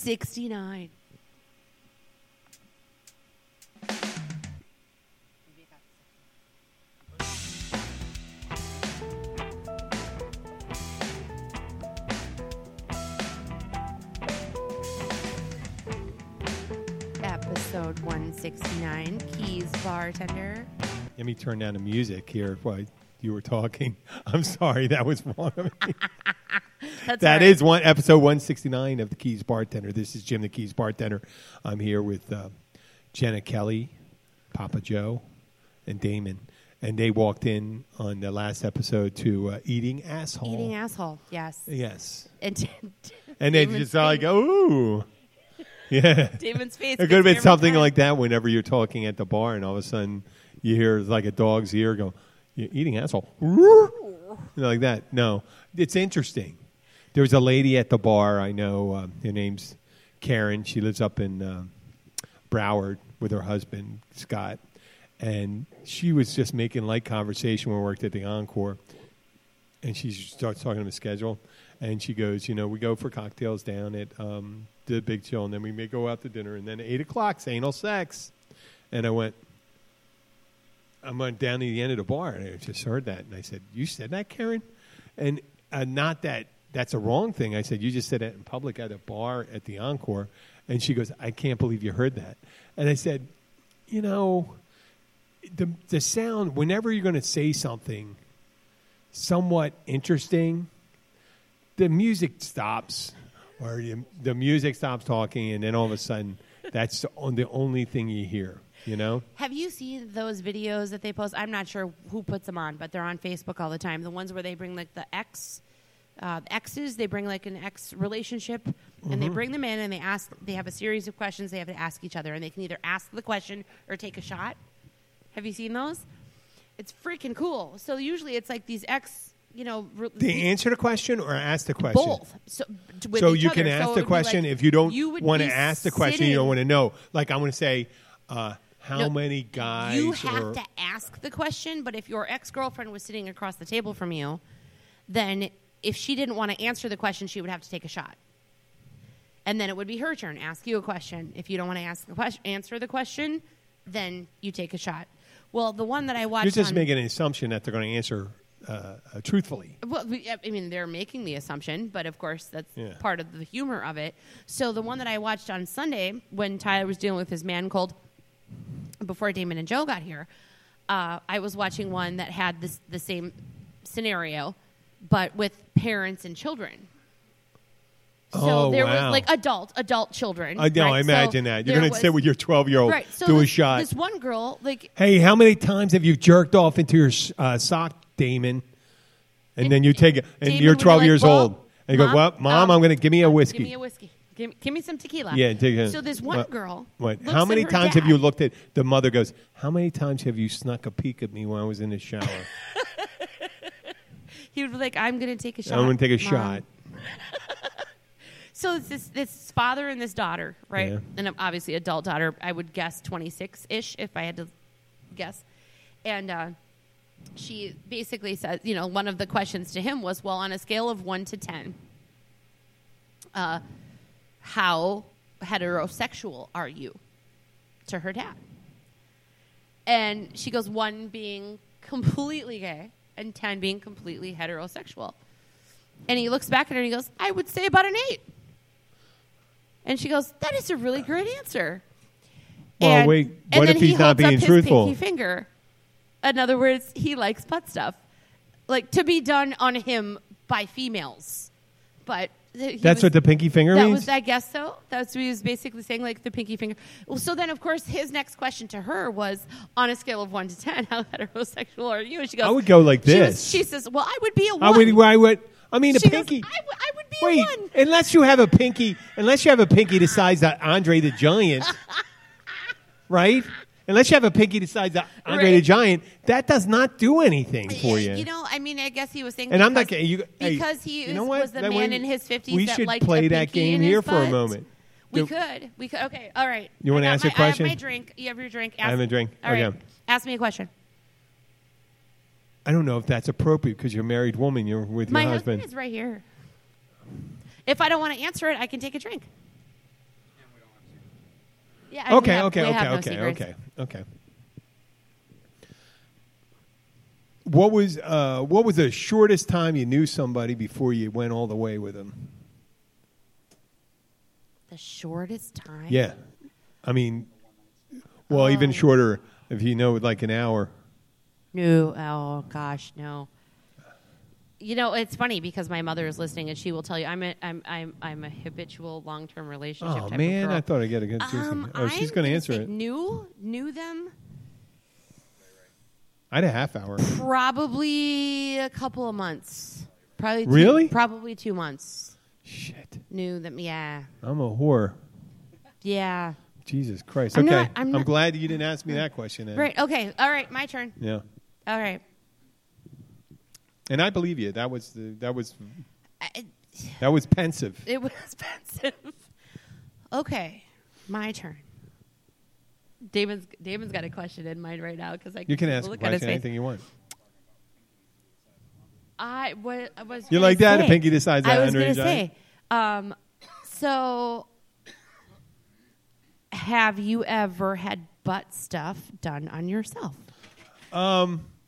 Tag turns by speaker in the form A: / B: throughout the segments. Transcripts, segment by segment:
A: 169. Episode 169, Keys Bartender.
B: Let me turn down the music here while you were talking. I'm sorry, that was wrong. of me.
A: That's all
B: That
A: right.
B: is one episode 169 of the Keys Bartender. This is Jim, the Keys Bartender. I'm here with uh, Jenna Kelly, Papa Joe, and Damon, and they walked in on the last episode to uh, eating asshole.
A: Eating asshole, yes.
B: Yes,
A: And
B: and they
A: Damon's
B: just all like, ooh, yeah.
A: Damon's face.
B: It could have been something like that whenever you're talking at the bar and all of a sudden you hear like a dog's ear go, You're eating asshole. You know, like that. No. It's interesting. There was a lady at the bar I know. Um, her name's Karen. She lives up in um Broward with her husband, Scott. And she was just making light conversation when we worked at the Encore and she starts talking about schedule, and she goes, you know, we go for cocktails down at um, the Big Chill, and then we may go out to dinner, and then at eight o'clock's anal sex, and I went, I went down to the end of the bar, and I just heard that, and I said, you said that, Karen, and uh, not that that's a wrong thing. I said, you just said that in public at a bar at the Encore, and she goes, I can't believe you heard that, and I said, you know, the the sound whenever you're going to say something somewhat interesting, the music stops, or you, the music stops talking, and then all of a sudden, that's the on- the only thing you hear. You know,
A: Have you seen those videos that they post? I'm not sure who puts them on, but they're on Facebook all the time. The ones where they bring like the ex, uh, exes, they bring like an ex relationship, and
B: Mm-hmm.
A: they bring them in and they ask. They have a series of questions they have to ask each other, and they can either ask the question or take a shot. Have you seen those? It's freaking cool. So usually it's like these ex, you know, re-
B: they answer the question or ask the question.
A: both. So, t- with
B: so
A: each
B: you can
A: other. So
B: ask
A: it would
B: the
A: be
B: question
A: like,
B: if you don't
A: you would
B: want to
A: be
B: ask the question. You
A: sitting-
B: don't want to know. Like I'm going to say, uh, how
A: No,
B: many guys?
A: you have
B: or,
A: to ask the question but if your ex-girlfriend was sitting across the table from you then if she didn't want to answer the question she would have to take a shot and then it would be her turn ask you a question if you don't want to ask the question answer the question then you take a shot well the one that i watched
B: You're just
A: on-
B: making an assumption that they're going to answer uh, uh, truthfully.
A: well, we- I mean, they're making the assumption, but of course, that's
B: Yeah.
A: part of the humor of it. So the one that I watched on Sunday when Tyler was dealing with his man cold, before Damon and Joe got here, uh, I was watching one that had this the same scenario, but with parents and children. So
B: Oh,
A: there
B: wow.
A: was like adult, adult children.
B: I know.
A: right?
B: I
A: So
B: imagine that
A: there
B: you're going to
A: was-
B: sit with your 12 year old,
A: right. So
B: do
A: this,
B: a shot.
A: This one girl, like
B: Hey, how many times have you jerked off into your uh, sock, Damon? And, then you take it, and
A: Damon
B: you're
A: would be
B: 12
A: like,
B: years
A: "Well,
B: old. And you
A: Mom,
B: go, well,
A: um,
B: mom, I'm going to give me a whiskey.
A: Give me a whiskey. Give me, give me some tequila.
B: yeah, take it.
A: So this one
B: What-
A: girl.
B: What?
A: looks
B: How
A: at
B: many
A: her
B: times
A: dad.
B: have you looked at the mother? Goes, how many times have you snuck a peek at me when I was in the shower?
A: He would be like, "I'm going to take a shot.
B: I'm going to take a
A: Mom."
B: shot.
A: So it's this this father and this daughter, right?
B: Yeah.
A: And um, obviously, adult daughter. I would guess 26 ish if I had to guess. And uh, she basically says, you know, one of the questions to him was, "Well, on a scale of one to ten, uh, how heterosexual are you?" To her dad, and she goes, one being completely gay and ten being completely heterosexual. And he looks back at her and he goes, I would say about an eight. And she goes, That is a really great answer.
B: Well,
A: and,
B: wait,
A: and
B: what
A: then
B: if
A: he
B: he's not
A: holds
B: being
A: up his
B: truthful?
A: pinky finger. In other words, he likes butt stuff. Like to be done on him by females. But th- he
B: That's
A: was-
B: what the pinky finger
A: that
B: means.
A: was, I guess so. That's what he was basically saying, like the pinky finger. Well, so then, of course, his next question to her was, on a scale of one to ten, how heterosexual are you? And she goes,
B: I would go like
A: she was-
B: this.
A: She, says, "Well, I would be a one."
B: I would. I would. I mean, a
A: She goes,
B: pinky.
A: "I would- I would be a
B: Wait,
A: one."
B: unless you have a pinky, unless you have a pinky the size of Andre the Giant, right? Unless you have a pinky the size of Andre the
A: Right.
B: Giant, that does not do anything for you.
A: You know, I mean, I guess he was saying,
B: and I'm not
A: because-
B: getting you hey,
A: because he
B: you know
A: was,
B: what?
A: was the
B: That
A: man
B: we-
A: in his fifties.
B: We
A: that
B: should
A: liked a
B: play that
A: pinky
B: game
A: in his
B: here for a
A: butt.
B: moment.
A: We
B: Do-
A: could. We could. Okay. All right.
B: You
A: I
B: wanna
A: got
B: ask a
A: my-
B: question?
A: I have my drink. You have your drink. Ask,
B: have a drink.
A: All right.
B: Okay.
A: Ask me a question.
B: I don't know if that's appropriate because you're a married woman. You're with your
A: my husband.
B: husband.
A: is right here. If I don't want to answer it, I can take a drink. Yeah. and we
B: Okay,
A: have-
B: okay,
A: we
B: okay,
A: have no
B: okay,
A: secrets.
B: okay, okay. What was uh, what was the shortest time you knew somebody before you went all the way with them?
A: The shortest time.
B: Yeah, I mean, well, even
A: Um,
B: shorter if you know like an hour.
A: No. Oh gosh, no. You know, it's funny because my mother is listening, and she will tell you I'm a I'm I'm I'm a habitual long term relationship.
B: Oh
A: type
B: man,
A: of girl.
B: I thought I got a good.
A: Um,
B: oh, she's
A: I'm
B: going to
A: gonna
B: answer
A: say
B: it.
A: Knew knew them
B: I had a half hour.
A: probably a couple of months. Probably two,
B: Really?
A: Probably two months.
B: Shit,
A: Knew them. Yeah.
B: I'm a whore.
A: Yeah.
B: Jesus Christ.
A: I'm
B: okay,
A: not- I'm not-
B: glad you didn't ask me that question. Ed.
A: Right. Okay. All right. My turn.
B: Yeah,
A: All right.
B: and I believe you. That was the, that was
A: I,
B: that was pensive.
A: it was expensive. Okay. My turn. Damon's Damon's got a question in mind right now because I
B: You can
A: can't
B: ask a
A: look at his
B: question
A: face.
B: anything you want.
A: I wa- I was.
B: You
A: gonna
B: like that?
A: say-
B: If Pinky decides
A: I
B: that
A: was
B: underage
A: gonna
B: item?
A: say. Um, so, have you ever had butt stuff done on yourself?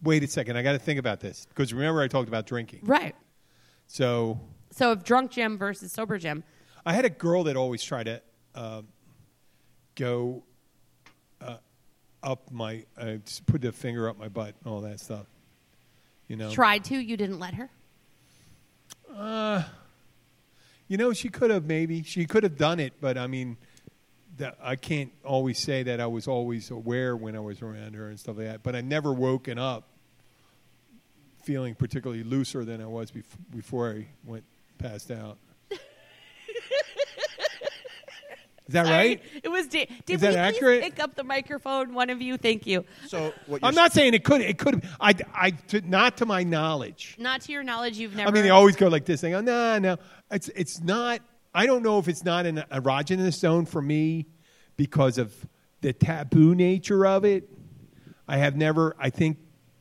B: Wait a second. I got to think about this because remember I talked about drinking.
A: Right.
B: So
A: So, if drunk Jim versus sober Jim,
B: I had a girl that always tried to uh, go uh, up my, uh, just put the finger up my butt and all that stuff. You know,
A: tried to, you didn't let her.
B: you know, she could have maybe she could have done it, but I mean, that, I can't always say that I was always aware when I was around her and stuff like that. But I never woken up feeling particularly looser than I was bef- before I went passed out. Is that right?
A: It was. Da- did
B: Is that
A: we please
B: accurate?
A: pick up the microphone? One of you, thank you.
C: So what you're
B: I'm not saying it could. It could. I. I. To, not to my knowledge.
A: Not to your knowledge, you've never.
B: I mean, they always go like this. They go, nah, no. It's it's not. I don't know if it's not an erogenous zone for me because of the taboo nature of it. I have never. I think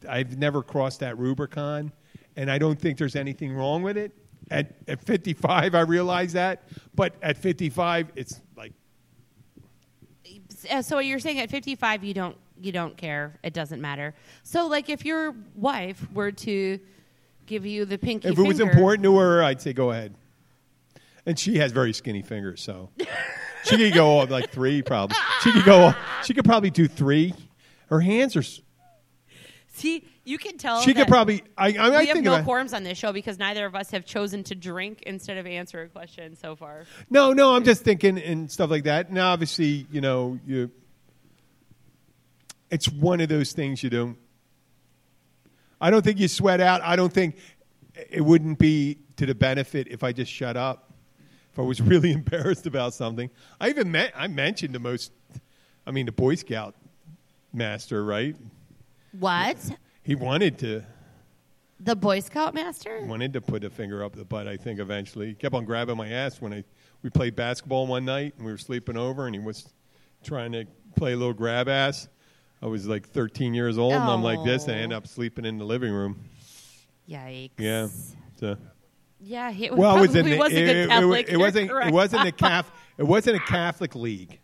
B: I've never crossed that Rubicon, and I don't think there's anything wrong with it. At at 55, I realize that, but at 55, it's like
A: Uh, so you're saying at 55 you don't you don't care it doesn't matter so like if your wife were to give you the pinky
B: if it was
A: finger-
B: important to her, I'd say go ahead. And she has very skinny fingers, so she could go all, like three probably. She could go. all- She could probably do three. Her hands are. s-
A: see you can tell
B: She could
A: that
B: probably. I, I, I
A: we have
B: think
A: no
B: about-
A: quorums on this show because neither of us have chosen to drink instead of answer a question so far
B: No, no, I'm just thinking and stuff like that. And obviously, you know, you it's one of those things you don't I don't think you sweat out. I don't think it wouldn't be to the benefit if I just shut up. If I was really embarrassed about something. I even me- I mentioned the most I mean the Boy Scout master, right?
A: what
B: He wanted to
A: the boy scout master
B: wanted to put a finger up the butt. I think eventually he kept on grabbing my ass when I we played basketball one night and we were sleeping over, and he was trying to play a little grab ass. I was like 13 years old, and I'm like this, and I end
A: Oh.
B: up sleeping in the living room.
A: yikes
B: Yeah. So.
A: yeah he
B: Well, it was in
A: probably
B: the,
A: was a good
B: it,
A: Catholic,
B: it,
A: you're
B: wasn't
A: correct.
B: it wasn't a Catholic it wasn't a Catholic league,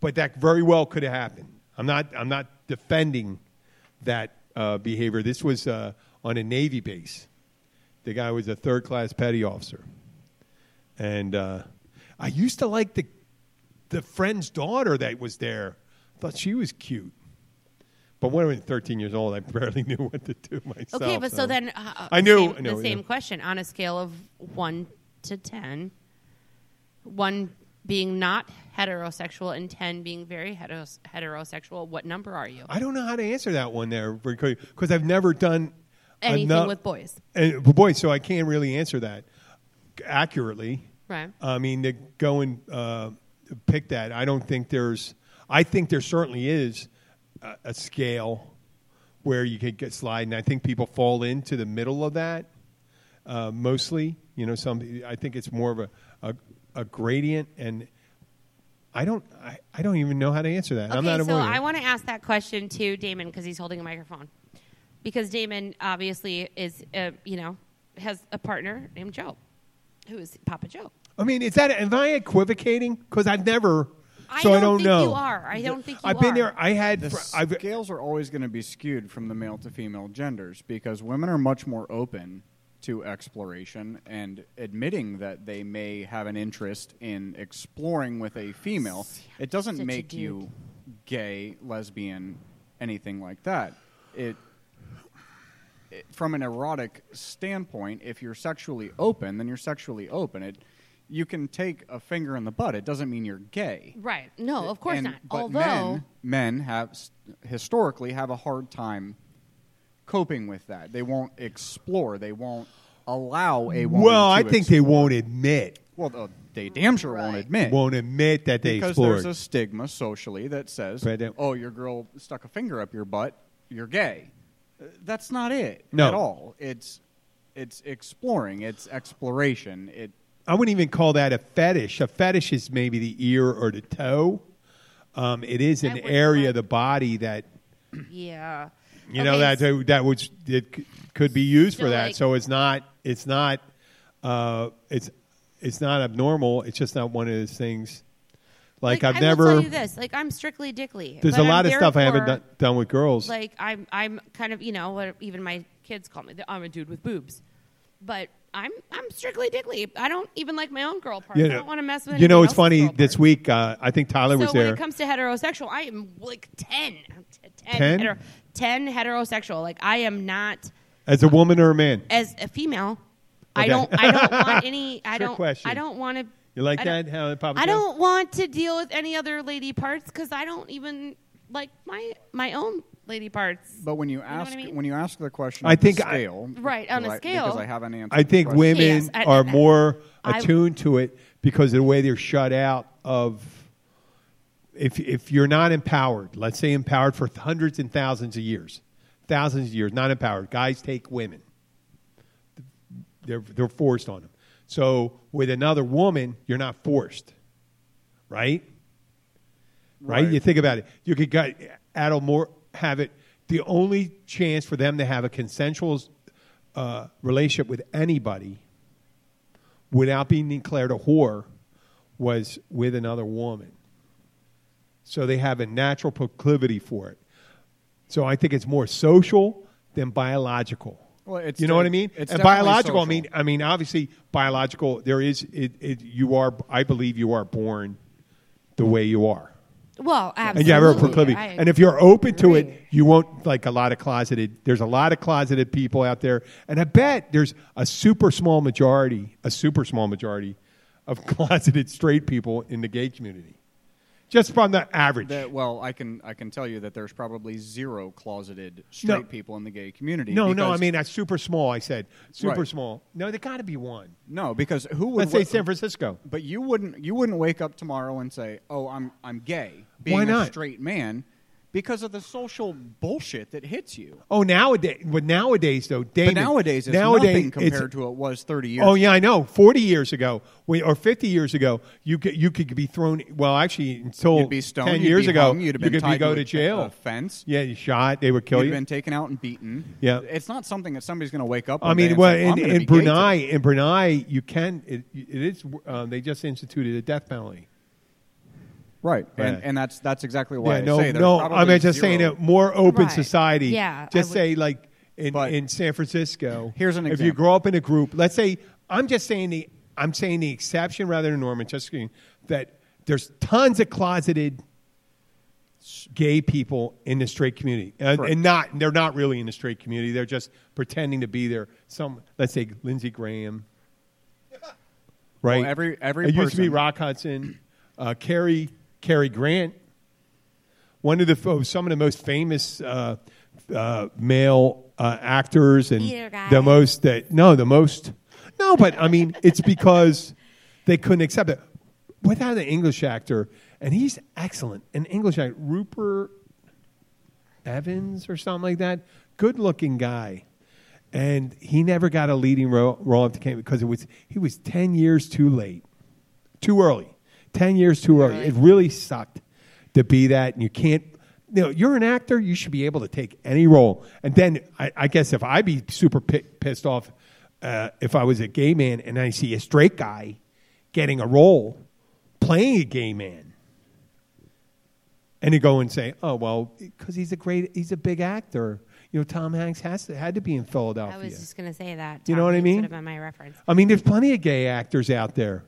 B: but that very well could have happened. I'm not I'm not defending that uh, behavior. This was uh, on a Navy base. The guy was a third class petty officer, and uh, I used to like the the friend's daughter that was there. Thought she was cute. But when I was 13 years old, I barely knew what to do myself.
A: okay but so, then uh,
B: I knew-
A: same,
B: I know,
A: the
B: yeah.
A: same question on a scale of 1 to 10 1 being not heterosexual and 10 being very heteros- heterosexual what number are you
B: I don't know how to answer that one there because I've never done
A: anything
B: enough-
A: with boys
B: and but boy, so I can't really answer that accurately.
A: right
B: I mean, to go and uh, pick that, I don't think there's. I think there certainly is a, a scale where you could get slide, and I think people fall into the middle of that uh, mostly. You know, some. I think it's more of a, a, a gradient, and I don't. I, I don't even know how to answer that.
A: okay
B: I'm not a
A: so
B: lawyer.
A: i want to ask that question to damon because he's holding a microphone because damon obviously is uh, you know has a partner named joe who is Papa Joe.
B: I mean, is that am I equivocating? Because I've never,
A: I
B: so
A: don't,
B: I don't
A: think
B: know.
A: you are. I don't think you
B: I've been
A: are.
B: there. I had.
C: The
B: fr- I've,
C: scales are always going to be skewed from the male to female genders because women are much more open to exploration and admitting that they may have an interest in exploring with a female.
A: Such
C: It doesn't
A: a
C: make you gay, lesbian, anything like that. It from an erotic standpoint, if you're sexually open, then you're sexually open. It you can take a finger in the butt. It doesn't mean you're gay.
A: Right. No, Oh, of course
C: And-
A: not.
C: But
A: Although
C: men, men have s- historically have a hard time coping with that. They won't explore. They won't allow a woman.
B: well, I
C: to
B: think they won't admit.
C: ex- well, uh, they damn sure won't
A: Right.
C: admit
B: Won't admit that they
C: because
B: explored. uh,
C: there's a stigma socially that says,
B: Right, that-
C: "Oh, your girl stuck a finger up your butt. You're gay." Uh, That's not it
B: No.
C: at all. It's it's exploring. It's exploration. It
B: I wouldn't even call that a fetish. A fetish is maybe the ear or the toe. Um, it is
A: I
B: an
A: wouldn't
B: area
A: want-
B: of the body that
A: yeah.
B: you know
A: Okay,
B: that that would it c- could be used
A: So,
B: for that.
A: like-
B: so it's not it's not uh, it's it's not abnormal. It's just not one of those things. Like, I've
A: I
B: never.
A: Will tell you this. Like I'm strictly dickly.
B: There's
A: but
B: a
A: I'm
B: lot of stuff I haven't
A: therefore-
B: done, done with girls.
A: Like I'm, I'm kind of you know what even my kids call me. I'm a dude with boobs, but I'm I'm strictly dickly. I don't even like my own girl parts. I don't want to mess with.
B: You
A: anybody
B: know, it's
A: else's
B: funny.
A: girl
B: This
A: parts.
B: week, uh, I think Tyler
A: So
B: was
A: when
B: there.
A: it comes to heterosexual, I am like ten. I'm t- 10
B: 10?
A: hetero- 10 heterosexual. Like I am not
B: as a woman or a man,
A: as a female. I
B: Okay.
A: don't. I don't want any. I
B: Trick
A: don't.
B: question.
A: I don't want to.
B: you like
A: I don't-
B: that? How it popped
A: I
B: up?
A: don't want to deal with any other lady parts because I don't even like my my own lady parts.
C: But when you
A: know what
C: ask
A: I mean?
C: when you ask the question,
B: I
C: on
B: think
C: the
B: I-
C: scale,
A: Right, on a
C: because I-
A: scale.
C: because I have an answer.
B: I think
C: for the
B: women
A: Yes, I-
B: are more
A: I-
B: attuned to it because of the way they're shut out of. If if you're not empowered, let's say empowered for hundreds and thousands of years, thousands of years, not empowered. Guys take women. They're they're forced on them. So with another woman, you're not forced, right? right?
C: Right.
B: You think about it. You could got Adel more have it. The only chance for them to have a consensual uh, relationship with anybody without being declared a whore was with another woman. So they have a natural proclivity for it. So I think it's more social than biological.
C: Well, it's
B: you know
C: de-
B: what I mean?
C: it's
B: and
C: definitely
B: biological, I
C: social.
B: mean, I mean, obviously, biological. There is, it, it, you are. I believe you are born the way you are
A: Well, absolutely.
B: and you have a proclivity.
A: I-
B: And if you're open to it,
A: agree.
B: you won't like a lot of closeted. There's a lot of closeted people out there, and I bet there's a super small majority, a super small majority of closeted straight people in the gay community, just from the average.
C: That, well, I can I can tell you that there's probably zero closeted straight people in the gay community.
B: no, no, I
C: because-
B: mean that's super small. I said super
C: Right.
B: small. No, there got to be one.
C: no, because who would
B: Let's say
C: wa-
B: San Francisco.
C: But you wouldn't you wouldn't wake up tomorrow and say, "Oh, I'm I'm gay." Being
B: Why
C: a
B: not?
C: straight man because of the social bullshit that hits you.
B: Oh, nowadays, but nowadays though, David,
C: But nowadays it's
B: nowadays
C: nothing
B: it's-
C: compared to what it was 30 years
B: Oh yeah, I know. Forty years ago, we, or fifty years ago, you could you could be thrown. Well, actually, until
C: You'd be stoned.
B: ten
C: you'd
B: years
C: be
B: ago,
C: hung, you'd have
B: you
C: been
B: could be
C: tied
B: go
C: to
B: to
C: a-
B: jail.
C: a fence.
B: Yeah, you shot. They would kill
C: You've
B: you.
C: been taken out and beaten.
B: Yeah.
C: it's not something that somebody's going to wake up.
B: I
C: one day
B: mean,
C: and
B: well,
C: say, "I'm
B: in,
C: gonna
B: in
C: be gay today."
B: Brunei, in Brunei, you can. It, it is. Uh, they just instituted a death penalty.
C: right?
B: Yeah.
C: And, and that's that's exactly why
B: yeah,
C: I
B: no,
C: say there's
B: no. I
C: probably
B: mean, just saying
C: zero-
B: a more open
A: Right.
B: society.
A: Yeah, I
B: just
A: would-
B: say like in,
C: But-
B: in San Francisco.
C: Here's an
B: If you
C: example.
B: grow up in a group, let's say I'm just saying the I'm saying the exception rather than norm. and Just saying that there's tons of closeted gay people in the straight community, Uh, and,
C: Correct.
B: and not they're not really in the straight community. They're just pretending to be there. Some let's say Lindsey Graham. Right.
C: Well, every- every
B: it used to be
C: person-
B: Rock Hudson, uh, Cary Cary Grant one of the fo- some of the most famous uh, uh, male uh, actors and
A: Peter guy.
B: the most that no the most no but I mean it's because they couldn't accept it without an English actor and he's excellent an English actor Rupert Evans or something like that good looking guy and he never got a leading ro- role after came because it was he was ten years too late too early. Ten years too early. It really sucked to be that, and you can't. You know, you're an actor. You should be able to take any role. And then I, I guess if I be super pi- pissed off uh, if I was a gay man and I see a straight guy getting a role playing a gay man, and you go and say, "Oh well, because he's a great, he's a big actor." You know, Tom Hanks has to, had to be in Philadelphia.
A: I was just going to say that.
B: You know
A: Tom
B: what I
A: Hanks
B: mean?
A: Would have been my reference.
B: I mean, there's plenty of gay actors out there.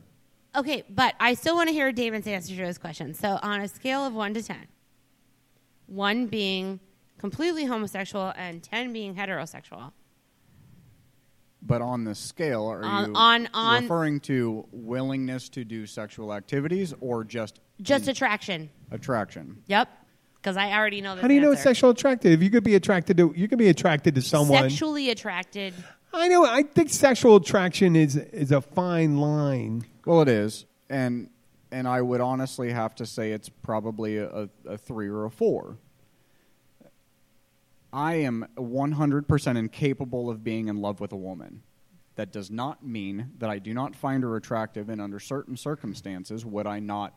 A: Okay, but I still want to hear David's answer to his question. So, on a scale of one to ten, one being completely homosexual and ten being heterosexual,
C: But on the scale, are
A: On-
C: you
A: on- on-
C: referring to willingness to do sexual activities or just
B: Hmm.
A: just attraction.
C: attraction?
A: Yep, because I already know. This
B: How do you know it's
A: answer.
B: sexual attracted? If you could be attracted to, you can be attracted to someone.
A: Sexually attracted.
B: I know. I think sexual attraction is is a fine line.
C: Well, it is, and and I would honestly have to say it's probably a, a three or a four. I am 100% incapable of being in love with a woman. That does not mean that I do not find her attractive, and under certain circumstances, would I not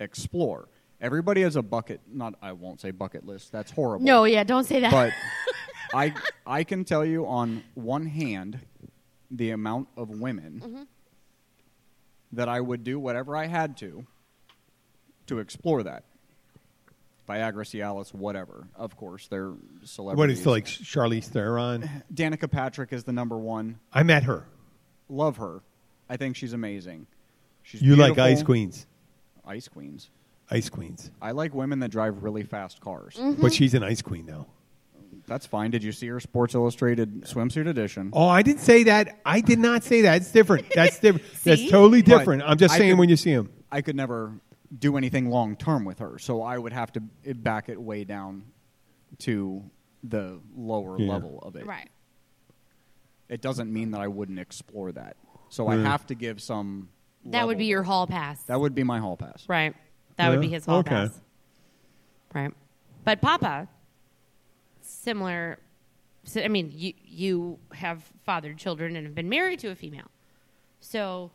C: explore? Everybody has a bucket. Not I won't say bucket list. That's horrible.
A: No, yeah, don't say that.
C: but I I can tell you on one hand the amount of women that I would do whatever I had to to explore that. Viagra, Cialis, whatever. Of course, they're celebrities.
B: What is it, like Charlize Theron?
C: Danica Patrick is the number one.
B: I met her.
C: Love her. I think she's amazing. She's
B: You like
C: beautiful.
B: Ice Queens?
C: Ice queens.
B: Ice Queens.
C: I like women that drive really fast cars.
A: Mm-hmm.
B: But she's an Ice Queen though.
C: That's fine. Did you see her Sports Illustrated swimsuit edition?
B: Oh, I didn't say that. I did not say that. It's different. That's different. That's
A: See?
B: totally
C: But
B: different. I'm just
C: I
B: saying
C: could-
B: when you see him.
C: I could never do anything long term with her, so I would have to back it way down to the lower
B: Yeah.
C: level of it.
A: right.
C: It doesn't mean that I wouldn't explore that. So I
B: Yeah.
C: have to give some.
A: That would
C: level-
A: be your hall pass.
C: That would be my hall pass.
A: right. That would
B: Yeah,
A: be his hall
B: okay.
A: pass. Right. But Papa, similar. So, I mean, you you have fathered children and have been married to a female, so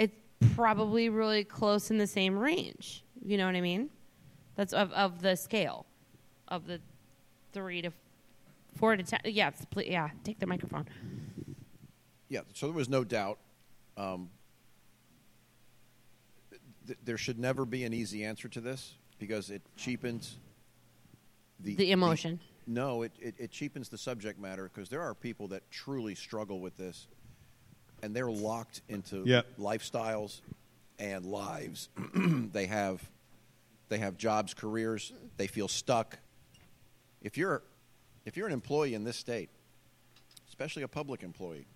A: it's probably really close in the same range. You know what I mean? That's of of the scale, of the three to four to ten. Yeah, it's- pl- yeah. Take the microphone.
D: Yeah, so there was no doubt. Um, th- there should never be an easy answer to this because it cheapens
A: The emotion.
D: no, it, it, it cheapens the subject matter because there are people that truly struggle with this and they're locked into
B: Yep.
D: lifestyles and lives. they have they have jobs, careers, they feel stuck. If you're if you're an employee in this state, especially a public employee,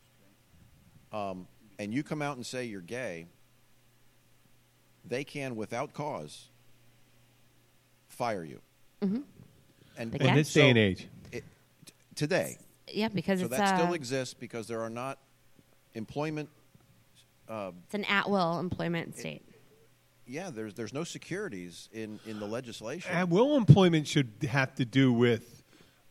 D: um, and you come out and say you're gay, they can without cause fire you.
A: Mm-hmm.
D: And,
A: They
B: In
A: Yeah.
B: this day and
D: So-
B: age,
D: it, t- today.
A: Yeah, because
D: So
A: it's
D: that
A: uh,
D: still exists because there are not employment.
A: it's an at will employment state.
D: Yeah, there's there's no securities in in the legislation.
B: and uh, will employment should have to do with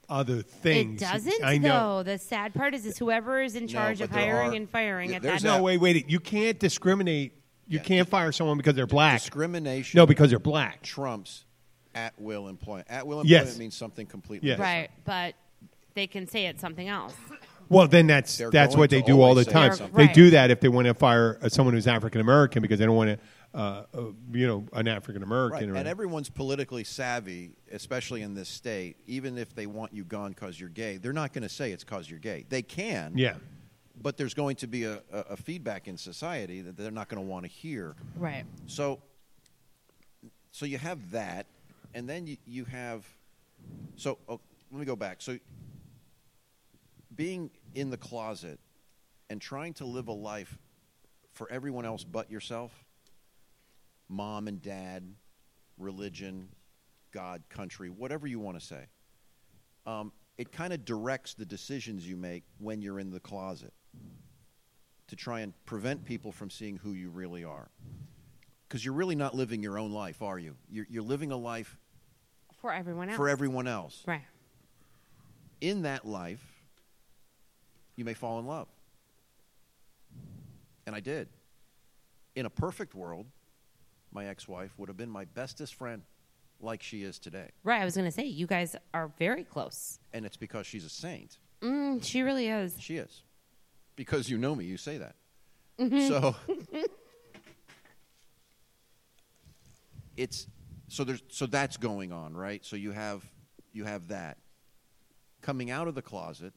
B: other things.
A: It doesn't,
B: I know.
A: though. The sad part is, is whoever is in
D: No,
A: charge
D: but
A: of
D: there
A: hiring
D: are-
A: and firing
D: Yeah,
A: at
D: there's
A: that.
B: No,
D: Yeah.
B: wait, wait. You can't discriminate. You
D: Yeah.
B: can't fire someone because they're black.
D: Discrimination.
B: No, because they're black.
D: trumps at will employment. At will
B: Yes.
D: employment means something completely
B: Yes.
D: different.
A: right, but they can say it's something else.
B: Well, then that's
D: They're
B: that's
D: going
B: what they
D: to
B: do all the
D: always say
B: time.
A: something.
B: They
A: Right.
B: do that if they want to fire uh, someone who's African American because they don't want to, uh, uh, you know, an African
D: Right.
B: American.
D: And everyone's politically savvy, especially in this state. Even if they want you gone because you're gay, they're not going to say it's because you're gay. They can.
B: yeah,
D: But there's going to be a, a, a feedback in society that they're not going to want to hear.
A: Right.
D: So, so you have that, and then you, you have. So oh, let me go back. So, being in the closet and trying to live a life for everyone else but yourself, mom and dad, religion, God, country, whatever you want to say, um, it kind of directs the decisions you make when you're in the closet to try and prevent people from seeing who you really are. Because you're really not living your own life, are you? You're, you're living a life
A: For everyone else.
D: for everyone else.
A: Right.
D: In that life, you may fall in love. And I did. In a perfect world, my ex wife would have been my bestest friend like she is today.
A: Right. I was going to say, you guys are very close.
D: And it's because she's a saint.
A: Mm, she really is.
D: She is. because you know me, you say that. So it's so there's so that's going on, right? So you have you have that coming out of the closet.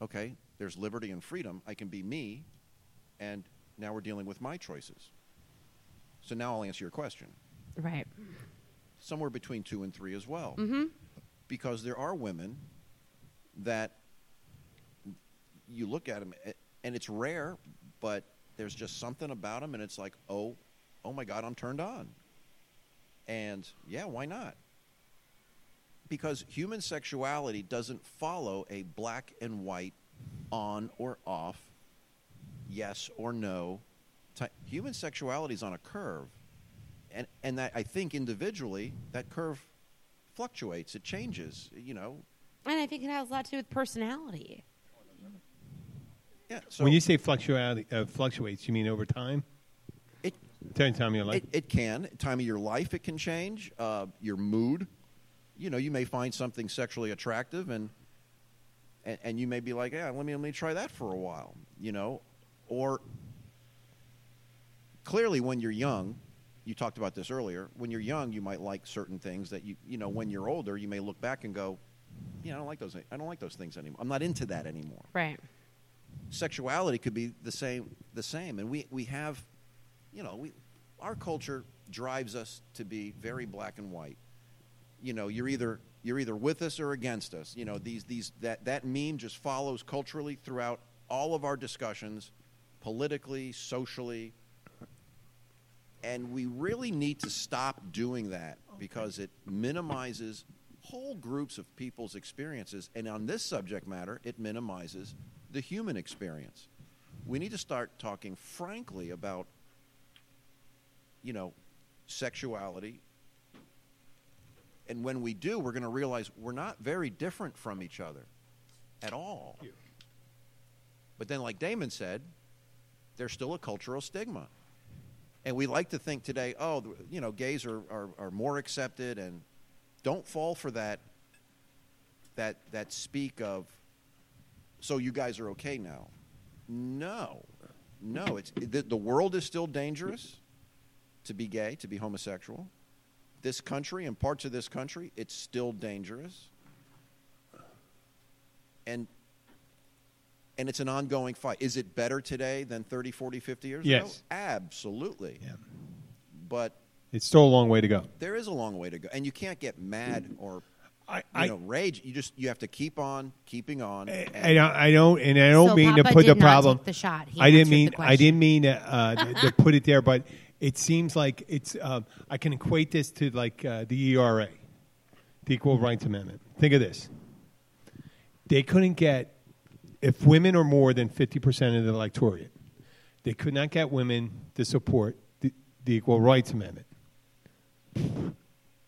D: Okay, there's liberty and freedom. I can be me, and now we're dealing with my choices. So now I'll answer your question
A: Right.
D: somewhere between two and three as well. Mm-hmm. Because there are women that you look at them, and it's rare, but there's just something about them, and it's like, oh, oh my God, I'm turned on. And yeah, why not? Because human sexuality doesn't follow a black and white, on or off, yes or no. Ty- human sexuality is on a curve and and that I think individually that curve fluctuates. It changes. You know.
A: And I think it has a lot to do with personality.
D: Yeah. So
B: when you say fluctuality, uh, fluctuates, you mean over time?
D: it,
B: Time, time you like.
D: it it can time of your life it can change. Uh, your mood. You know, you may find something sexually attractive and. And, and you may be like, yeah, let me let me try that for a while, you know, or clearly when you're young you talked about this earlier when you're young you might like certain things that you you know when you're older you may look back and go yeah i don't like those i don't like those things anymore i'm not into that anymore
A: Right.
D: sexuality could be the same the same and we we have you know we our culture drives us to be very black and white you know you're either you're either with us or against us you know these these that that meme just follows culturally throughout all of our discussions politically socially and we really need to stop doing that because it minimizes whole groups of people's experiences. And on this subject matter, it minimizes the human experience. We need to start talking frankly about, you know, sexuality. And when we do, we're going to realize we're not very different from each other at all. But then, like Damon said, there's still a cultural stigma. And we like to think today, oh, th- you know, gays are, are, are more accepted and don't fall for that, that, that speak of, so you guys are okay now. No, no, it's, the, the world is still dangerous to be gay, to be homosexual. This country and parts of this country, it's still dangerous. And, and it's an ongoing fight. Is it better today than 30, 40, 50 years ago?
B: Yes.
D: Absolutely.
B: Yeah.
D: But
B: It's still a long way to go.
D: there is a long way to go, and you can't get mad or
B: Mm. I,
D: you know rage. You just you have to keep on keeping on.
B: I,
D: and-
B: I don't, I don't, and uh, I don't
A: So
B: mean to
A: Papa
B: put
A: did
B: the
A: not
B: problem.
A: take the shot. He
B: I didn't
A: answered the
B: mean, I
A: question.
B: didn't mean to, uh, to, to put it there, but it seems like it's. Um, I can equate this to like uh, the ERA, the Equal Rights Amendment. Think of this: they couldn't get if women are more than fifty percent of the electorate, they could not get women to support the, the Equal Rights Amendment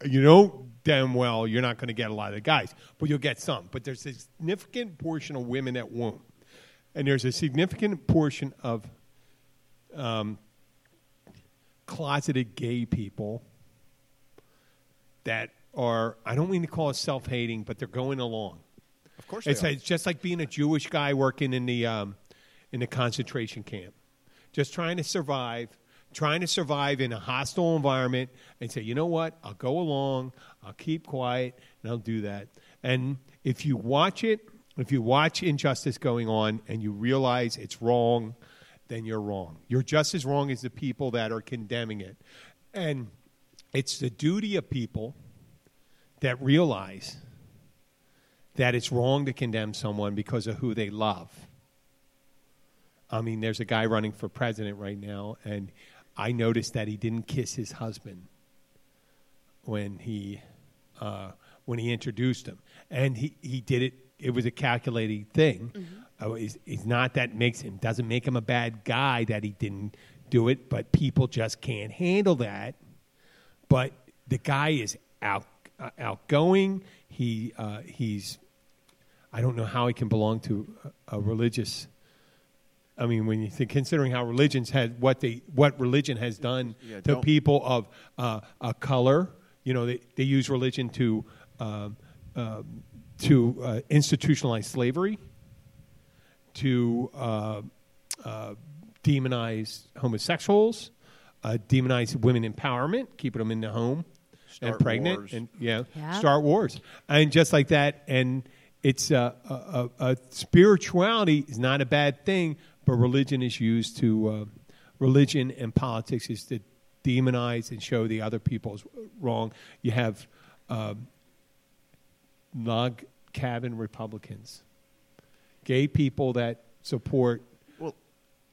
B: you know damn well you're not going to get a lot of guys, but you'll get some. But there's a significant portion of women that won't, and there's a significant portion of um, closeted gay people that are I don't mean to call it self-hating, but they're going along.
D: of course,
B: It's,
D: they are.
B: it's just like being a Jewish guy working in the um, in the concentration camp, just trying to survive, trying to survive in a hostile environment, and say, you know what? I'll go along, I'll keep quiet, and I'll do that. And if you watch it, if you watch injustice going on, and you realize it's wrong, then you're wrong. You're just as wrong as the people that are condemning it, and it's the duty of people that realize that it's wrong to condemn someone because of who they love. I mean, there's a guy running for president right now, and I noticed that he didn't kiss his husband when he uh, when he introduced him, and he, he did it. It was a calculating thing. Uh, it's, it's not that makes him doesn't make him a bad guy that he didn't do it, but people just can't handle that but the guy is out uh, outgoing. He uh, he's I don't know how he can belong to a, a religious. I mean, when you think, considering how religions had what they what religion has done
D: Yeah,
B: to
D: don't-
B: people of uh, a color, you know, they, they use religion to um, um to uh, institutionalize slavery to uh, uh, demonize homosexuals, uh, demonize women empowerment, keeping them in the home and
D: Start
B: pregnant,
D: wars.
B: and yeah,
A: Yeah.
B: start wars, and just like that. And it's uh, a, a, a spirituality is not a bad thing, but religion is used to uh, religion and politics is to demonize and show the other people's wrong. You have um, log cabin Republicans, gay people that support.
D: Well,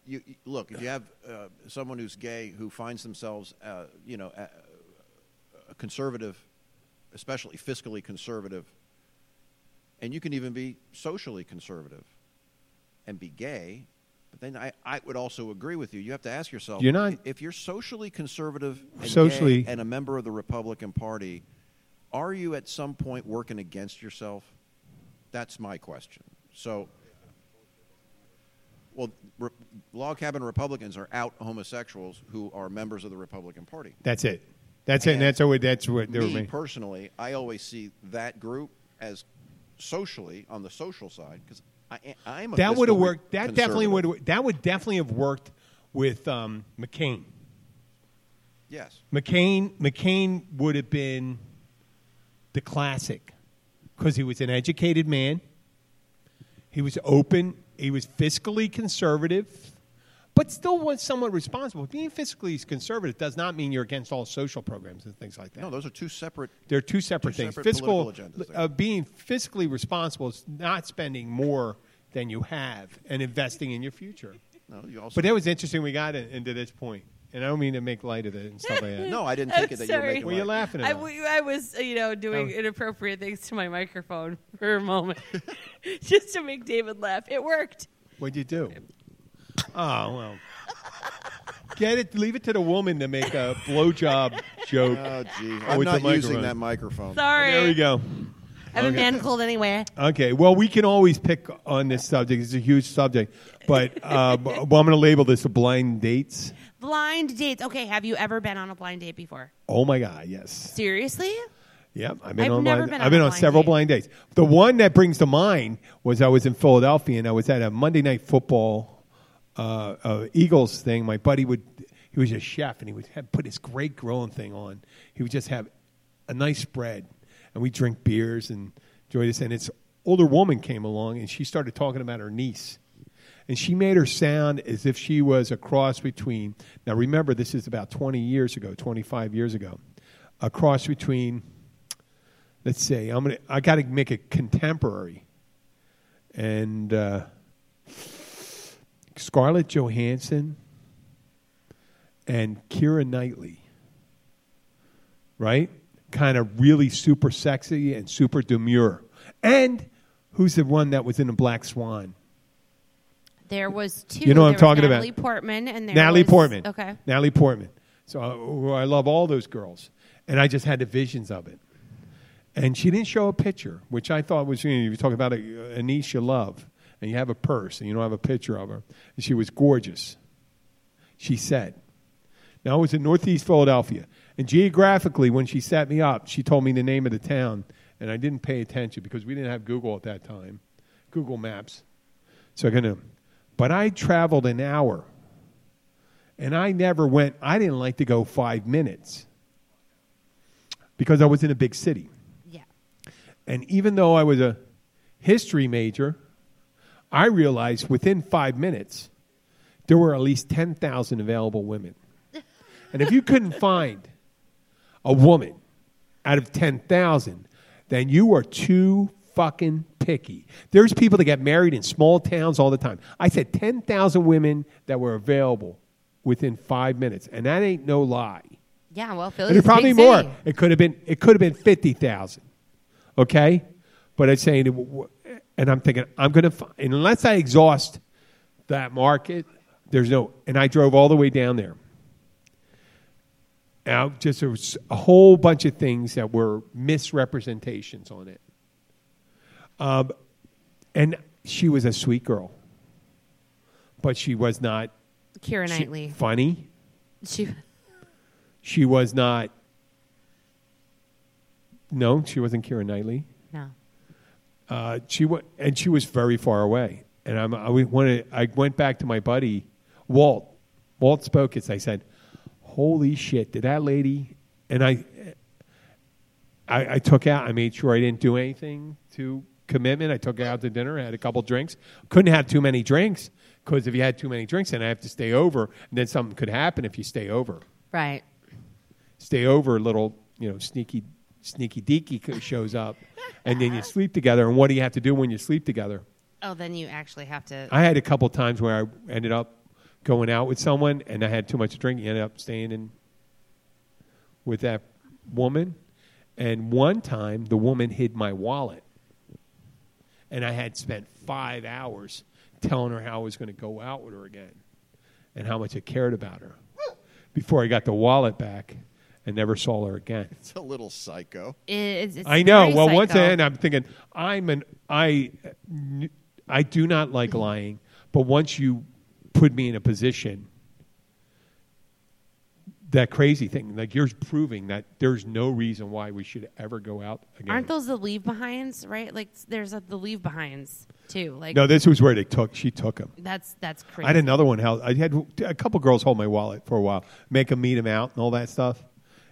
D: you, you- look if you have uh, someone who's gay who finds themselves, uh, you know, a, a conservative, especially fiscally conservative, and you can even be socially conservative and be gay. But then I, I would also agree with you. You have to ask yourself:
B: You're not-
D: if you're socially conservative, and gay
B: Socially-
D: and a member of the Republican Party, are you at some point working against yourself? That's my question. So well, re- log cabin Republicans are out homosexuals who are members of the Republican Party.
B: That's it. That's it. And
D: And
B: that's what. That's what. they were
D: Me
B: making.
D: personally, I always see that group as socially on the social side because I am a
B: that would have
D: fiscally
B: worked. That definitely
D: conservative.
B: would. That would definitely have worked with um, McCain.
D: Yes,
B: McCain McCain would have been the classic because he was an educated man. He was open. He was fiscally conservative, but still was somewhat responsible. Being fiscally conservative does not mean you're against all social programs and things like that.
D: no, those are two separate.
B: They're two separate
D: Two
B: things.
D: separate
B: Fiscal
D: political agendas there.
B: uh, being fiscally responsible is not spending more than you have and investing in your future.
D: No, you also.
B: But that was interesting. We got in- into this point, and I don't mean to make light of it and stuff like that.
D: no, I didn't think
A: I'm
D: it that you were
A: sorry.
D: making.
B: What are you
D: light.
B: laughing
A: I,
B: at?
A: w- I was, uh, you know, doing
B: Oh.
A: inappropriate things to my microphone for a moment, just to make David laugh. It worked.
B: What'd you do? Oh well. Get it. Leave it to the woman to make a blowjob joke.
D: Oh, gee,
B: Oh,
D: I'm
B: with the
D: not using
B: microphone.
D: that microphone.
A: Sorry,
B: There we go.
A: I'm
B: Okay.
A: manacled anyway.
B: Okay. Well, we can always pick on this subject. It's a huge subject, but uh, well, I'm going to label this a blind dates.
A: Blind dates. Okay, have you ever been on a blind date before?
B: Oh my God! Yes.
A: Seriously?
B: Yep, I've been
A: I've
B: on.
A: never
B: blind,
A: been
B: I've
A: on
B: been
A: a
B: on
A: blind
B: several
A: date.
B: blind dates. The one that brings to mind was I was in Philadelphia and I was at a Monday Night Football uh, uh, Eagles thing. My buddy would he was a chef and he would have, put his great grilling thing on. He would just have a nice spread and we drink beers and enjoy this. And this older woman came along and she started talking about her niece. And she made her sound as if she was a cross between. Now, remember, this is about 20 years ago, 25 years ago. A cross between let's see. I'm gonna. I got to make it contemporary. And uh, Scarlett Johansson and Kira Knightley, right? Kind of really super sexy and super demure. And who's the one that was in the Black Swan?
A: There was two.
B: You know what I'm
A: There was
B: talking about.
A: Natalie Portman and there
B: Natalie
A: was-
B: Portman.
A: Okay.
B: Natalie Portman. So I, oh, I love all those girls, and I just had the visions of it. And she didn't show a picture, which I thought was you, know, you talk about a, a niece you love, and you have a purse, and you don't have a picture of her. And she was gorgeous. She said. Now I was in Northeast Philadelphia, and geographically, when she set me up, she told me the name of the town, and I didn't pay attention because we didn't have Google at that time, Google Maps. So I gonna, but I traveled an hour and I never went, I didn't like to go five minutes because I was in a big city.
A: Yeah.
B: And even though I was a history major, I realized within five minutes there were at least 10,000 available women. And if you couldn't find a woman out of 10,000, then you are too fucking picky. There's people that get married in small towns all the time. I said 10,000 women that were available within five minutes. And that ain't no lie.
A: Yeah. Well,
B: And
A: Philly's
B: there's probably
A: a big
B: more.
A: city.
B: It could have been. It could have been fifty thousand. Okay, but I'm saying, it w- w- and I'm thinking, I'm going to find unless I exhaust that market. There's no. And I drove all the way down there. Out just there was a whole bunch of things that were misrepresentations on it. Um, and she was a sweet girl, but she was not
A: Kira
B: she-
A: Knightley.
B: funny.
A: She.
B: She was not. No, she wasn't Kira Knightley.
A: No.
B: Uh, she wa- and she was very far away. and I'm, I wanted, I went back to my buddy Walt. Walt Spokis. I said, "Holy shit! Did that lady?" And I, I, I took out. I made sure I didn't do anything to commitment. I took her out to dinner. Had a couple drinks. Couldn't have too many drinks because if you had too many drinks, then I have to stay over, and then something could happen if you stay over
A: Right.
B: stay over, little you know sneaky sneaky deaky co- shows up, and then you sleep together. And what do you have to do when you sleep together?
A: Oh, then you actually have to.
B: I had a couple times where I ended up going out with someone, and I had too much to drink. and ended up staying in with that woman, and one time the woman hid my wallet, and I had spent five hours telling her how I was going to go out with her again, and how much I cared about her. Before I got the wallet back, and never saw her again.
D: It's a little psycho.
A: It's, it's
B: I know.
A: very
B: Well, once
A: psycho.
B: again, I'm thinking I'm an I. I do not like lying, but once you put me in a position, that crazy thing, like you're proving that there's no reason why we should ever go out again.
A: Aren't those the leave behinds, right? Like there's a, the leave behinds too. Like
B: No, this was where they took. She took him.
A: that's that's crazy.
B: I had another one. Held, I had a couple girls hold my wallet for a while, make them meet him out and all that stuff.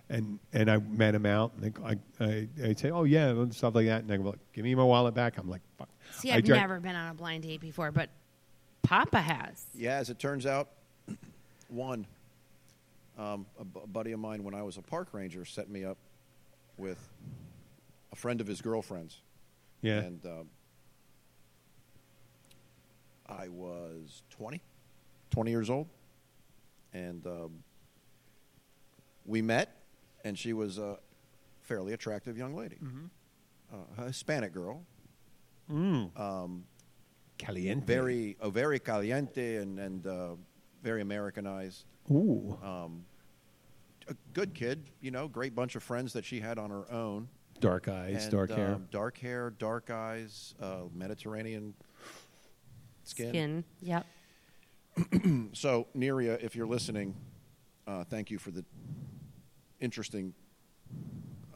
B: And and I met him out. And I I I'd say, oh yeah, and stuff like that. And they're like, give me my wallet back. I'm like, fuck.
A: See,
B: I
A: I've
B: drank-
A: never been on a blind date before, but Papa has.
D: Yeah, as it turns out, one, um, a, bu- a buddy of mine when I was a park ranger set me up with a friend of his girlfriend's.
B: Yeah.
D: And um, I was 20, 20 years old. And um, we met, and she was a fairly attractive young lady, uh, a Hispanic girl,
B: Caliente.
D: very, uh, very caliente and, and uh, very Americanized.
B: Ooh.
D: a good kid, you know, great bunch of friends that she had on her own.
B: dark eyes,
D: And,
B: dark hair.
D: um, dark hair, dark eyes, uh, Mediterranean skin.
A: Yep.
D: So, Neria, if you're listening, uh, thank you for the interesting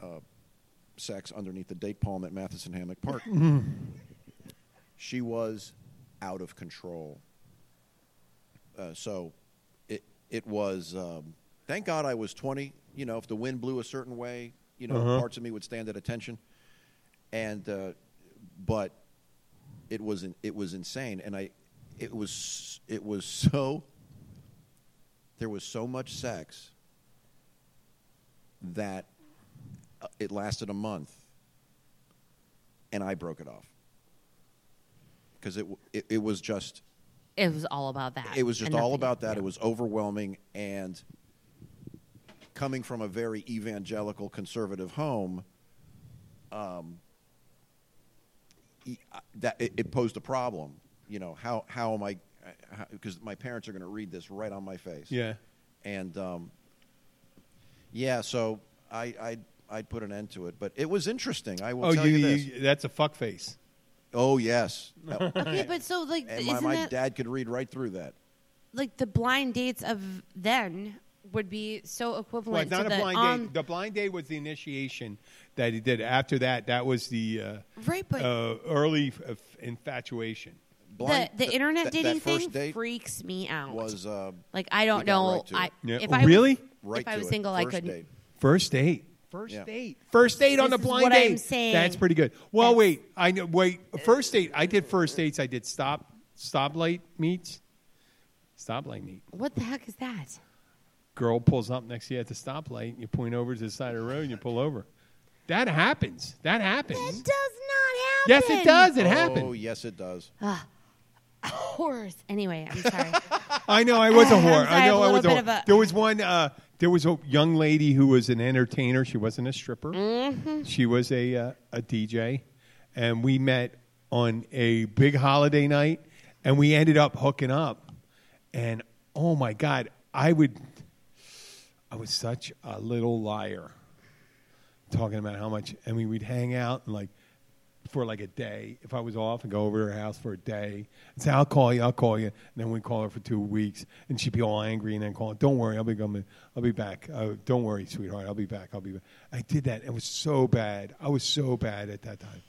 D: uh, sex underneath the date palm at Matheson Hammock Park. she was out of control. Uh, so, it it was. Um, thank God I was 20. You know, if the wind blew a certain way, you know,
B: Uh-huh.
D: parts of me would stand at attention. And uh, but it was in- it was insane, and I it was it was so there was so much sex that uh, it lasted a month, and I broke it off because it, w- it it was just
A: It was all about that.
D: it was just
A: and
D: all
A: nothing
D: about that.
A: else.
D: It was overwhelming and coming from a very evangelical conservative home. Um, e- I- that it, it posed a problem. You know how how am I? Because my parents are going to read this right on my face.
B: Yeah.
D: and um, yeah, so I I I'd put an end to it, but it was interesting. I will
B: oh,
D: tell
B: you,
D: you, this.
B: you- that's a fuck face.
D: oh yes, Uh,
A: Okay, but so like
D: and my,
A: isn't
D: my
A: that
D: dad could read right through that.
A: like the blind dates of then would be so
B: Well,
A: equivalent
B: not
A: to
B: a
A: the um,
B: blind
A: on-
B: date. The blind date was the initiation that he did. After that, that was the uh,
A: um, Right, but-
B: uh, early uh, infatuation.
A: the,
D: Blind-
A: the
D: th-
A: internet
D: that- that
A: dating thing
D: first date
A: freaks me out.
D: was uh,
A: like I
D: he
A: don't
D: got
A: know.
D: right to it.
A: I
B: Yeah.
A: if I
B: Really?
A: was,
D: right
A: if I
D: to
A: was
D: it.
A: single, I
D: First
A: couldn't.
D: date.
B: First date. First
D: Yeah.
B: date. First date on
A: This
B: the
A: is
B: blind
A: what
B: date.
A: I'm saying.
B: That's pretty good. Well,
A: That's-
B: wait. I know. Wait. First date. I did first dates. I did stop stoplight meets. Stoplight meet.
A: What the heck is that?
B: Girl pulls up next to you at the stoplight. You point over to the side of the road. and You pull over. That happens. That
A: That
B: happens.
A: does not
B: Yes,
A: happen.
B: it does. It
D: Oh
B: happened.
D: yes, it does.
A: Uh, Horse. Anyway, I'm sorry.
B: I know. I was a
A: I'm
B: whore.
A: sorry,
B: I know.
A: I
B: I
A: have a
B: was a
A: little bit
B: whore.
A: of a-
B: there was one. Uh, there was a young lady who was an entertainer. She wasn't a stripper.
A: Mm-hmm.
B: She was a uh, a DJ, and we met on a big holiday night, and we ended up hooking up. And oh my God, I would. I was such a little liar. Talking about how much, I mean, we'd hang out and like for like a day if I was off and go over to her house for a day and say, I'll call you, I'll call you. And then we'd call her for two weeks and she'd be all angry and then call, don't worry, I'll be coming, I'll be back. Uh, don't worry, sweetheart, I'll be back, I'll be back. I did that. It was so bad. I was so bad at that time.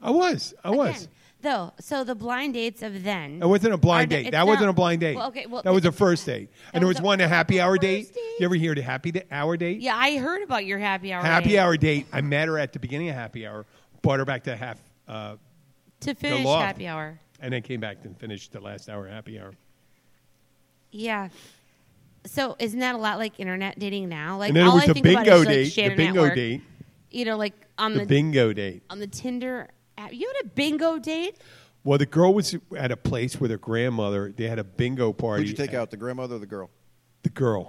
B: I was. I was.
A: Again, though, so the blind dates of then.
B: It wasn't a blind
A: are the-
B: date.
A: it's
B: That wasn't
A: not-
B: a blind date.
A: Well, okay, well,
B: that was a first date. And there
A: was
B: was
A: a-
B: one a happy hour
A: first
B: date.
A: date?
B: You ever hear the happy da- hour date?
A: Yeah, I heard about your happy hour.
B: Happy
A: date.
B: hour date. I met her at the beginning of happy hour, brought her back to half, uh,
A: to finish
B: law.
A: happy hour.
B: and then came back and finished the last hour of happy hour.
A: Yeah. So isn't that a lot like internet dating now? Like
B: and then
A: all
B: it was
A: I
B: the
A: think about
B: bingo
A: is, like, Mm-hmm.
B: date.
A: Shannon
B: the
A: at
B: bingo
A: work.
B: date.
A: You know, like on
B: The,
A: the,
B: bingo date.
A: on the Tinder app. You had a bingo date?
B: Well, the girl was at a place with her grandmother. They had a bingo party.
D: Who'd you take
B: at-
D: out, the grandmother or the girl?
B: The girl.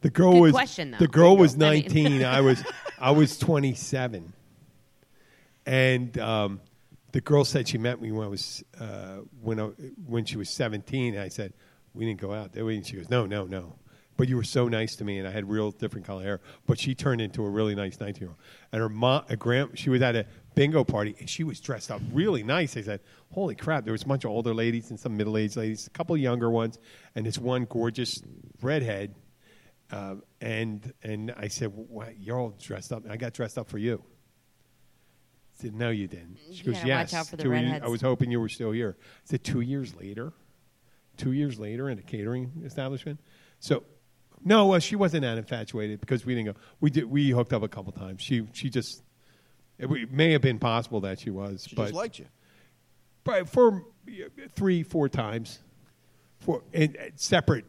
B: the girl
A: Good
B: was
A: question, though.
B: the girl was
A: I mean-
B: 19. I was I was 27. And um, the girl said she met me when I was uh, when I, when she was 17. And I said we didn't go out, did we? And she goes, no, no, no. But you were so nice to me, and I had real different color hair. But she turned into a really nice 19 year old. And her mom, a grand, she was at a bingo party, and she was dressed up really nice. I said, holy crap! There was a bunch of older ladies and some middle aged ladies, a couple younger ones, and this one gorgeous redhead. Um, and and I said, "Wow, you're all dressed up." I got dressed up for you. I said, "No, you didn't." She
A: You
B: goes,
A: gotta watch
B: "Yes."
A: out for the
B: Two ye-
A: redheads.
B: I was hoping you were still here. I said, two years later, two years later, in a catering establishment. So, no, well, she wasn't that infatuated because we didn't go. We did. We hooked up a couple times. She she just. It w- may have been possible that she was,
D: She
B: but
D: just liked you.
B: but for yeah, three, four times, for in, in separate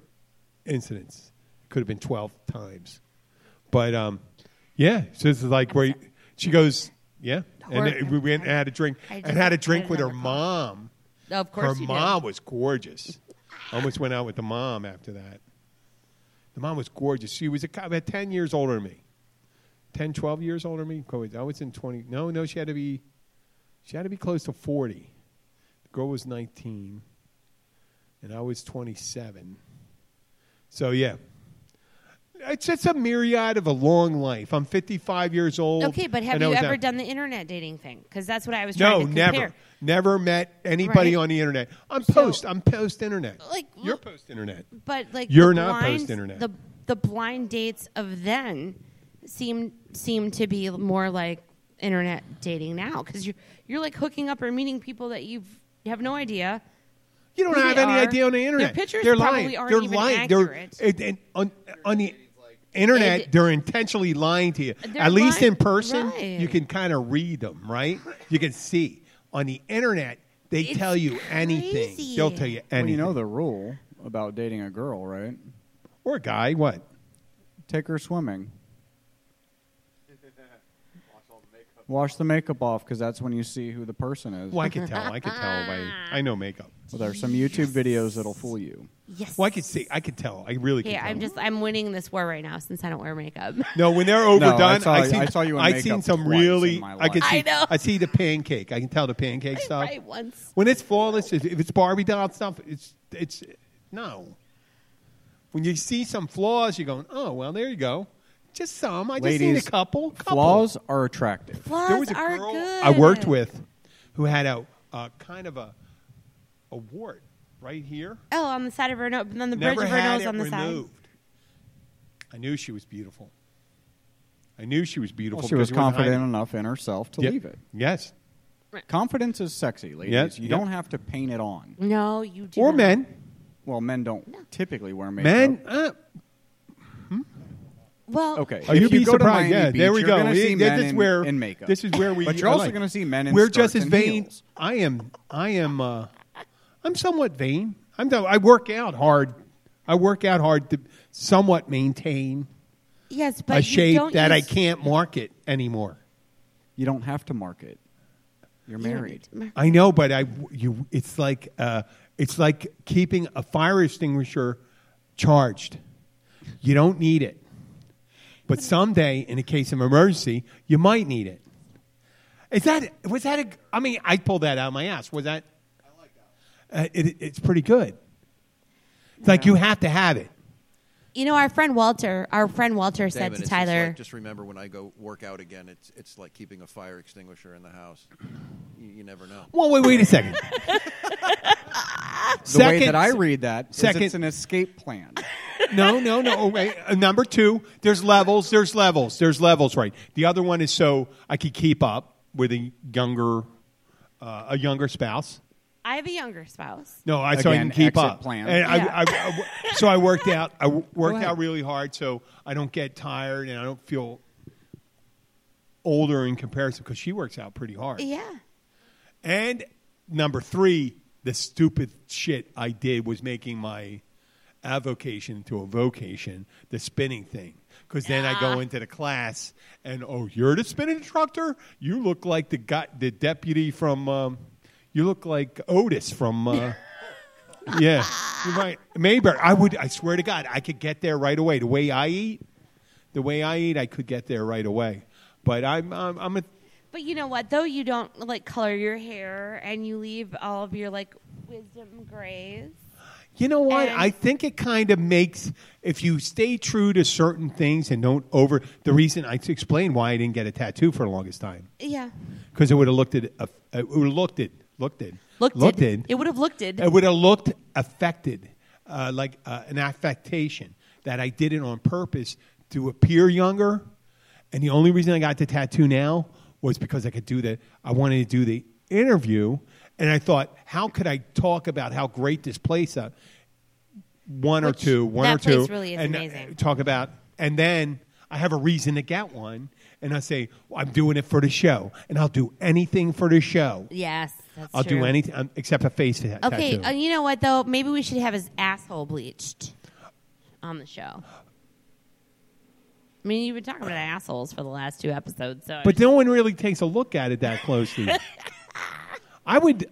B: incidents, could have been twelve times. But um, yeah, so this is like where you- she goes, yeah,
A: Or-
B: and it- we went and had a drink
A: I
B: and
A: just-
B: had a
A: I
B: drink
A: had
B: with her
A: another call.
B: mom.
A: Of course
B: Her
A: you did.
B: mom was gorgeous. I almost went out with the mom after that. The mom was gorgeous. She was a, co- about 10 years older than me. 10, 12 years older than me. Co- I was in 20. No, no, she had to be, she had to be close to 40. The girl was 19, and I was 27. So, yeah. It's just a myriad of a long life. I'm 55 years old.
A: Okay, but have
B: and I
A: you
B: was
A: ever
B: out-
A: done the internet dating thing? Because that's what I was
B: no,
A: trying to compare.
B: never, never met anybody
A: Right.
B: on the internet. I'm
A: So-
B: post. I'm post internet.
A: Like,
B: you're
A: look-
B: post internet.
A: But like
B: You're
A: the
B: not
A: blinds-
B: post-internet.
A: The the blind dates of then seem seem to be more like internet dating now because you're you're like hooking up or meeting people that you've you have no idea.
B: You don't
A: who
B: have
A: they
B: any
A: are.
B: idea on the
A: Their
B: internet.
A: pictures
B: They're
A: probably
B: lying.
A: aren't
B: They're
A: even
B: lying.
A: accurate.
B: They're, it- and on, on the internet,
A: It-
B: they're intentionally lying to you.
A: They're
B: At least
A: lying-
B: in person,
A: right.
B: you can kind of read them, right? You can see. On the internet, they
A: It's
B: tell you anything.
A: crazy.
B: They'll tell you
C: Well, you
B: anything.
C: know the rule about dating a girl, right?
B: or a guy, what?
C: Take her swimming. Wash the makeup off because that's when you see who the person is.
B: Well, I could tell. I could tell by. I know makeup.
C: Well, there are some YouTube videos that'll fool you.
A: Yes.
B: Well, I could see. I could tell. I really could
A: Hey,
B: tell.
A: I'm just I'm winning this war right now since I don't wear makeup.
B: No, when they're overdone,
C: I saw-
B: I, seen,
C: I saw you in
B: I seen
C: makeup
B: some
C: twice
B: really.
C: in my
B: I can
A: life.
B: see.
A: I know.
B: see the pancake. I can tell the pancake stuff.
A: right once.
B: When it's flawless, if if it's Barbie doll stuff, it's it's no. When you see some flaws, you're going, oh well, there you go. Just some. I just seen a
C: Ladies,
B: couple. couple.
C: Flaws are attractive.
B: There
A: Flaws
B: was a
A: are
B: girl
A: good.
B: I worked with, who had a, a kind of a a wart right here.
A: Oh, on the side of her nose, and then the
B: Never
A: bridge of her
B: had
A: nose
B: it
A: on the
B: removed. I knew she was beautiful. I knew she was beautiful.
C: Well, she was
B: because you wouldn't hide
C: confident
B: it.
C: enough in herself to
B: Yep.
C: leave it.
B: Yes.
C: Confidence is sexy, ladies.
B: Yes,
C: You
B: yep.
C: don't have to paint it on.
A: side. No, you do.
B: Or
A: not.
B: men.
C: Well, men don't typically wear makeup.
B: Men. Uh,
A: Well,
C: Okay.
B: oh,
C: if
B: you'd be
C: you go to
B: surprised.
C: Miami
B: Yeah,
C: Beach,
B: there we
C: you're
B: go.
C: gonna
B: We-
C: see
B: this
C: men
B: is
C: in-
B: where
C: in makeup.
B: This is where we.
C: But you're also
B: like-
C: gonna see men in
B: We're just
C: skirts
B: as
C: and
B: vain.
C: heels.
B: I am. I am. Uh, I'm somewhat vain. I'm. the- I work out hard. I work out hard to somewhat maintain
A: yes, but
B: a
A: you
B: shape
A: don't
B: that I
A: use-
B: can't market anymore.
C: You don't have to mark it. You're
A: you don't
C: married.
A: need to-
B: I know, but I you it's like uh, it's like keeping a fire extinguisher charged. You don't need it, but someday, in a case of emergency, you might need it. Is that was that a? I mean, I pulled that out of my ass. Was that? I like that. Uh, it, it's pretty good. It's like you have to have it.
A: You know, our friend Walter, our friend Walter
D: Damn
A: said
D: it,
A: to
D: it's just
A: Tyler,
D: like, just remember when I go work out again, it's, it's like keeping a fire extinguisher in the house. You, you never know.
B: Well, wait, wait a second.
C: The way that I read that is
B: second-
C: it's an escape plan.
B: No, no, no. Oh, wait. Uh, Number two, there's levels. There's levels. There's levels. Right. The other one is so I could keep up with a younger uh, a younger spouse.
A: I have a younger spouse.
B: No, I so I
C: Again,
B: can keep
C: exit
B: up.
C: plan.
B: And I-
A: Yeah.
B: I- I w- so I worked out. I w- worked
C: ahead.
B: out really hard, so I don't get tired and I don't feel older in comparison because she works out pretty hard.
A: Yeah.
B: And number three, the stupid shit I did was making my avocation to a vocation, the spinning thing. Because then I go into the class and oh, you're the spin instructor. You look like the guy, the deputy from. Um, you look like Otis from. Uh, yeah, you're right. Mayberry. I would. I swear to God, I could get there right away. The way I eat, the way I eat, I could get there right away. But I'm. I'm, I'm a.
A: But you know what? Though you don't like color your hair and you leave all of your like wisdom grays.
B: You know what?
A: And-
B: I think it kind of makes if you stay true to certain things and don't over. The reason I explained why I didn't get a tattoo for the longest time
A: Yeah.
B: because it would have looked at it would have looked it looked it
A: Looked,
B: looked
A: it.
B: it
A: It would have looked it.
B: it would have looked affected uh, like uh, an affectation that I did it on purpose to appear younger. And the only reason I got the tattoo now was because I could do the I wanted to do the interview, and I thought, how could I talk about how great this place is? One
A: Which,
B: or two, one
A: that
B: or two,
A: place really is
B: and uh,
A: amazing.
B: talk about, and then I have a reason to get one, and I say well, I'm doing it for the show, and I'll do anything for the show.
A: yes. That's
B: I'll do
A: true.
B: anything um, except a face ta- tattoo.
A: Okay. Uh, you know what though? Maybe we should have his asshole bleached on the show. I mean, you've been talking about assholes for the last two episodes, so
B: But no one really takes a look at it that closely. I would,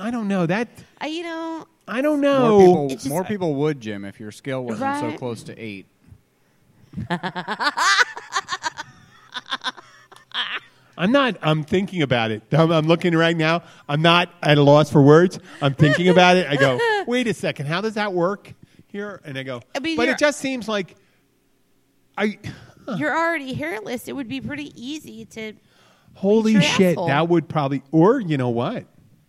B: I don't know that.
A: I, you know,
B: I don't
C: More, people,
B: know.
A: It's just-
C: more people would, Jim, if your scale wasn't so
A: Right.
C: close to eight.
B: I'm not. I'm thinking about it. I'm, I'm looking right now. I'm not at a loss for words. I'm thinking about it. I go, wait a second. How does that work here? And I go,
A: I mean,
B: but
A: you're-
B: it just seems like I.
A: you're already hairless. It would be pretty easy to.
B: Holy
A: your
B: shit!
A: asshole.
B: That would probably, or you know what?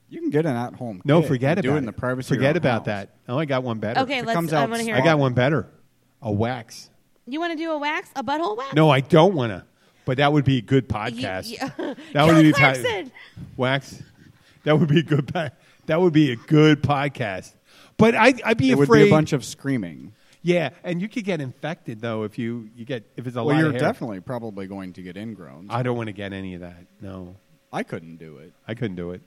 C: You can get an at home.
B: No, forget
C: and
B: about
C: do it in
B: it.
C: the privacy. of
B: Forget
C: your
B: about
C: house.
B: that. Oh, I got one better.
A: Okay,
C: It
A: let's.
C: comes
A: I
C: out
A: want to hear.
B: I
A: it.
B: got one better. A wax.
A: You want to do a wax, a butthole wax?
B: No, I don't want to. But that would be a good
A: You-
B: podcast.
A: you-
B: That
A: Kelly
B: would be pa-
A: Clarkson.
B: wax. That would be a good. Pa- that would be a good podcast. But I, I'd be
C: It
B: afraid.
C: would be a bunch of screaming.
B: yeah, and you could get infected though if you you get if it's a
C: well,
B: lot
C: you're
B: of hair.
C: definitely probably going to get ingrown. I,
B: I don't want to get any of that. No,
C: couldn't do it.
B: I couldn't do it.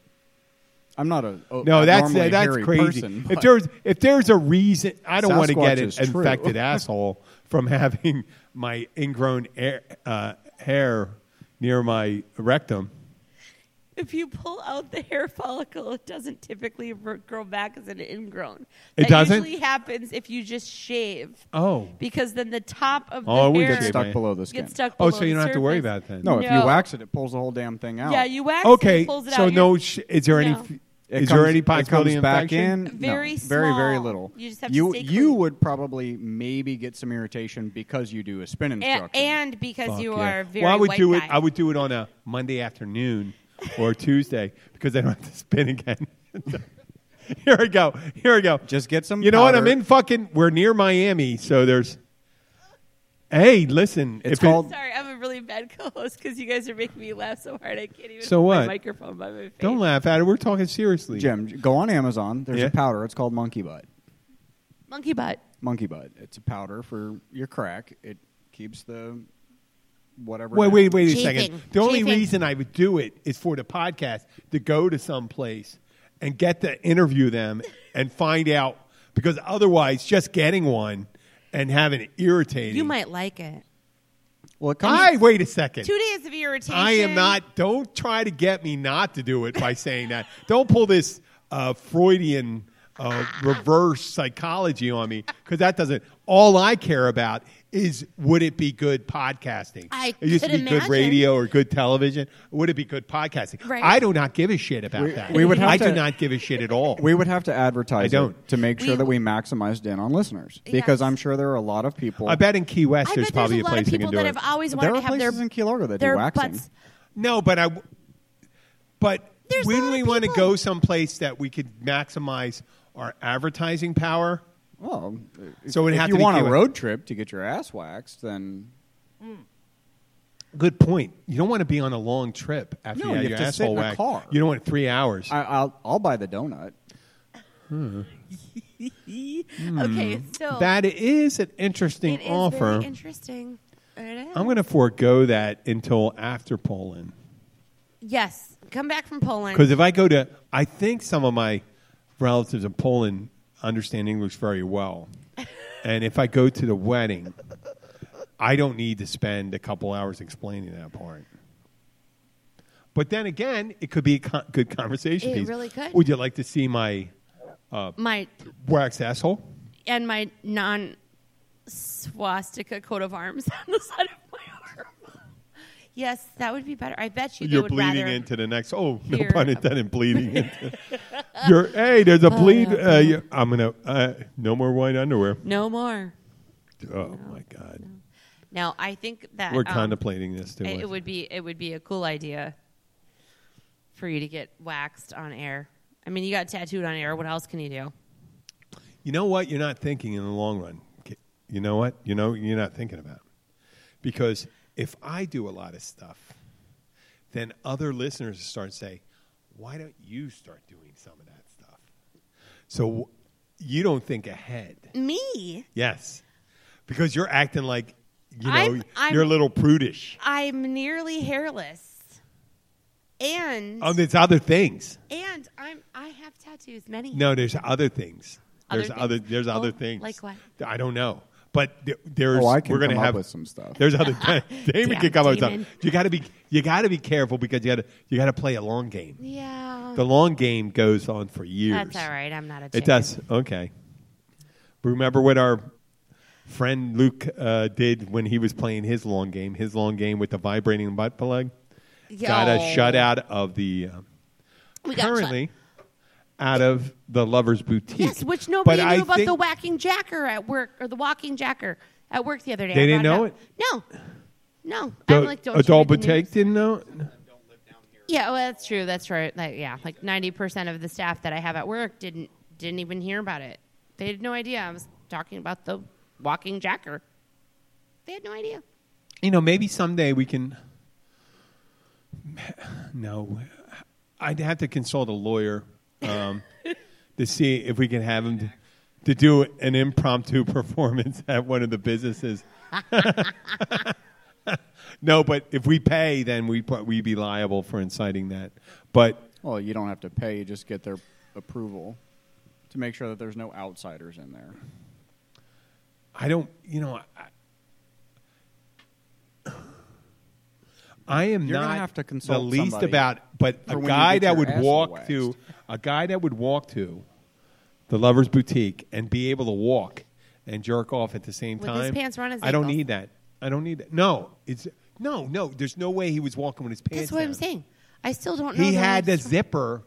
C: I'm not a oh,
B: No, that's
C: normally
B: that's
C: hairy
B: crazy.
C: person,
B: if
C: but
B: there's if there's a reason, I don't want to
C: Sasquatch
B: get an
C: is true.
B: infected asshole from having my ingrown air, uh, hair near my rectum.
A: If you pull out the hair follicle, it doesn't typically r- grow back as an ingrown.
B: It
A: That
B: doesn't?
A: usually happens if you just shave,
B: Oh,
A: because then the top of the
B: Oh, I would
A: hair
B: get
C: stuck
B: man.
C: below the skin.
A: gets stuck. below
B: oh, so you
A: the
B: don't have to worry
A: surface.
B: about that.
C: No, if
A: No.
C: you wax it, it pulls the whole damn thing out.
A: Yeah, you wax. It,
B: Okay,
A: it pulls it
B: so
A: out. You're-
B: no, sh- is there any?
A: No.
B: f-
C: It
B: Is there
C: comes-
B: any
C: it comes
B: possibility of
C: back
B: infection?
C: in? No,
A: Very
C: very, very
A: small.
C: little.
A: You just have to
C: you
A: stay
C: you
A: clean.
C: would probably maybe get some irritation because you do a spin
A: A-
C: instruction.
A: and because
B: Fuck
A: you
B: yeah.
A: are a very
B: well, I would
A: white
B: do
A: guy.
B: it. I would do it on a Monday afternoon or Tuesday because I don't have to spin again. Here I go. Here I go.
C: Just get some
B: You know what? I'm
C: powder.
B: in fucking. We're near Miami, so there's. Hey, listen.
C: It's
B: it-
C: called-
A: Sorry, I'm a really bad co-host because you guys are making me laugh so hard I can't even.
B: So
A: hold
B: what?
A: My microphone by my face.
B: don't laugh at it. We're talking seriously.
C: Jim, go on Amazon. There's
B: Yeah.
C: a powder. It's called Monkey Butt.
A: Monkey butt.
C: Monkey Butt. It's a powder for your crack. It keeps the whatever.
B: Wait,
C: down.
B: wait, wait a
A: Chafing.
B: second. The only
A: Chafing.
B: reason I would do it is for the podcast to go to some place and get to interview them and find out because otherwise, just getting one and having it irritating.
A: You might like it.
C: Well, it comes.
B: I wait a second.
A: Two days of irritation.
B: I am not. Don't try to get me not to do it by saying that. Don't pull this uh, Freudian uh, reverse psychology on me because that doesn't. All I care about is would it be good podcasting?
A: I
B: it used to be
A: could
B: good
A: imagine.
B: radio or good television. Would it be good podcasting?
A: Right.
B: I do not give a shit about that.
C: we would have
B: I
C: to-
B: do not give a shit at all.
C: we would have to advertise
B: I don't.
C: it to make sure
A: We-
C: that we maximized in on listeners
A: Yes.
C: because I'm sure there are a lot of people.
B: I bet in Key West
A: I
B: there's
A: bet
B: probably
A: there's a lot
B: place
A: of people
B: you can
A: that
B: do
A: have
B: it.
A: always wanted
C: there
A: to
C: are
A: have
C: places
A: their
C: in Key Largo that do
A: their
C: waxing.
A: butts.
B: No, but I. w- But
A: There's a lot
B: when
A: of
B: we want to
A: people.
B: go someplace that we could maximize our advertising power,
C: Well,
B: So it'd
C: if
B: have
C: you
B: to be
C: want a
B: Key West.
C: road trip to get your ass waxed, then
B: Good point. You don't want to be on a long trip after
C: No,
B: you
C: you
B: have
C: have
B: your
C: to sit
B: asshole
C: in a
B: whacked.
C: car.
B: You don't want three hours.
C: I, I'll I'll buy the donut.
A: Hmm. Okay, so
B: that is an interesting
A: Oh. it is
B: offer.
A: very interesting. It is.
B: I'm going to forego that until after Poland.
A: yes, come back from Poland.
B: Because if I go to, I think some of my relatives in Poland understand English very well. and if I go to the wedding, I don't need to spend a couple hours explaining that part. But then again, it could be a co- good conversation
A: It
B: piece.
A: really could.
B: Would you like to see my
A: my
B: wax asshole?
A: and my non swastika coat of arms on the side of my arm. yes, that would be better. I bet you they
B: You're
A: would
B: bleeding
A: rather- um,
B: into the next. Oh, no
A: hear
B: pun
A: about-
B: intended. Bleeding into. You're hey, there's a
A: Oh,
B: bleed. Uh, you- I'm gonna uh, no more white underwear.
A: No more.
B: Oh my god,
A: Now I think that
B: we're
A: um,
B: contemplating this too.
A: It, it
B: much.
A: would be it would be a cool idea for you to get waxed on air. I mean, you got tattooed on air. What else can you do?
B: You know what? You're not thinking in the long run. K- You know what? You know you're not thinking about. Because if I do a lot of stuff, then other listeners start to say, "Why don't you start doing some of that stuff?" So w- you don't think ahead.
A: Me,
B: Yes, because you're acting like you know
A: I'm- I'm-
B: you're a little prudish
A: I'm nearly hairless, and
B: Oh, there's other things.
A: and I'm I have tattoos. Many.
B: No, there's other things.
A: Other
B: There's
A: things?
B: other. There's
A: Oh,
B: other things.
A: like what?
B: I don't know. But th- there's.
C: Oh, I can
B: we're gonna
C: come up
B: have
C: with some stuff.
B: There's other. Damon can come up with
A: Damon.
B: something. You got to be. You got to be careful because you got to. You got to play a long game.
A: Yeah.
B: The long game goes on for years.
A: That's all right. I'm not a. Chicken.
B: It does. Okay. Remember what our friend Luke uh, did when he was playing his long game. His long game with the vibrating butt plug.
A: Yo.
B: Got a shut out of the. Uh,
A: We got
B: currently out of the lovers boutique.
A: shut. Yes, which nobody
B: But
A: knew
B: I
A: about
B: think
A: the whacking jacker at work or the walking jacker at work the other day.
B: They
A: I
B: didn't
A: brought
B: know
A: up. No, no.
B: the
A: I'm like, don't you
B: adult
A: read the
B: boutique
A: news?
B: didn't know.
A: Yeah, well, that's true. That's right. Like, yeah, like ninety percent of the staff that I have at work didn't didn't even hear about it. They had no idea I was talking about the walking jacker. They had no idea.
B: You know, maybe someday we can. No, I'd have to consult a lawyer um, to see if we can have him to, to do an impromptu performance at one of the businesses. no, but if we pay, then we we'd be liable for inciting that. But
C: Well, you don't have to pay; you just get their approval to make sure that there's no outsiders in there.
B: I don't, you know, I, I am
C: You're gonna
B: not
C: have to
B: the
C: consult
B: least
C: somebody
B: about, but
C: for
B: a
C: when you
B: guy
C: get
B: that
C: your
B: would
C: asshole
B: walk
C: waxed.
B: to a guy that would walk to the lovers boutique and be able to walk and jerk off at the same
A: With his
B: time.
A: pants around his
B: I don't
A: ankles.
B: need that. I don't need that. No, it's no, no. There's no way he was walking with his pants.
A: That's what I'm
B: down.
A: saying. I still don't know.
B: He
A: the
B: had the
A: words.
B: zipper.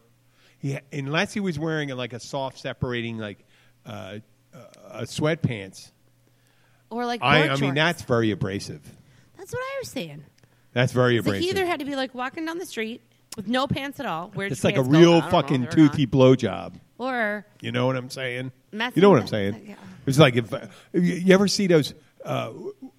B: He unless he was wearing like a soft separating like uh, uh, sweatpants.
A: or like
B: I,
A: board
B: I mean,
A: shorts.
B: that's very abrasive.
A: that's what I was saying.
B: That's very
A: So
B: abrasive.
A: he either had to be like walking down the street with no pants at all. Where's
B: it's
A: your
B: like a
A: pants going? I
B: real
A: don't know if
B: fucking
A: they're not.
B: toothy blowjob.
A: Or
B: You know what I'm saying?
A: Messing
B: you know what
A: with
B: I'm
A: it.
B: saying?
A: Yeah.
B: It's like if you- you ever see those uh,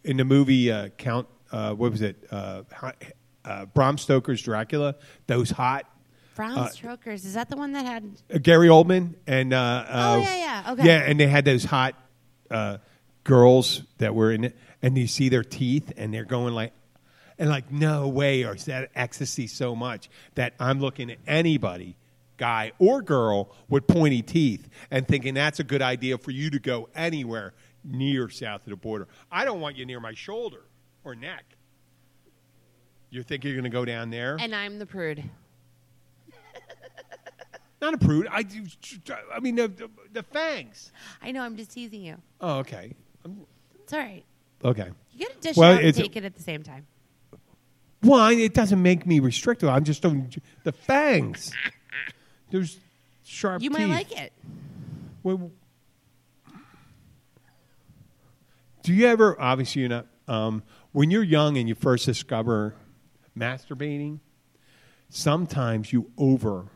B: in the movie uh, Count. Uh, what was it? Uh, hot, uh, Bram Stoker's Dracula. Those hot
A: brown
B: Uh,
A: strokers. Is that the one that had?
B: uh, Gary Oldman and uh, uh,
A: Oh, yeah, yeah, okay.
B: yeah, and they had those hot uh, girls that were in it, and you see their teeth, and they're going like, and like, no way, or is that ecstasy so much that I'm looking at anybody, guy or girl, with pointy teeth, and thinking that's a good idea for you to go anywhere near south of the border. I don't want you near my shoulder or neck. You think you're going to go down there?
A: And I'm the prude.
B: Not a prude. I do. I mean, the, the, the fangs.
A: I know. I'm just teasing you.
B: Oh, okay.
A: It's all right.
B: Okay.
A: You got to dish
B: Well,
A: it out and
B: it's-
A: take it at the same time.
B: Well, I- it doesn't make me restrictive. I'm just don't. The fangs. There's sharp
A: You
B: teeth.
A: might like it.
B: Well, do you ever, obviously, you're not, um, when you're young and you first discover masturbating, sometimes you over.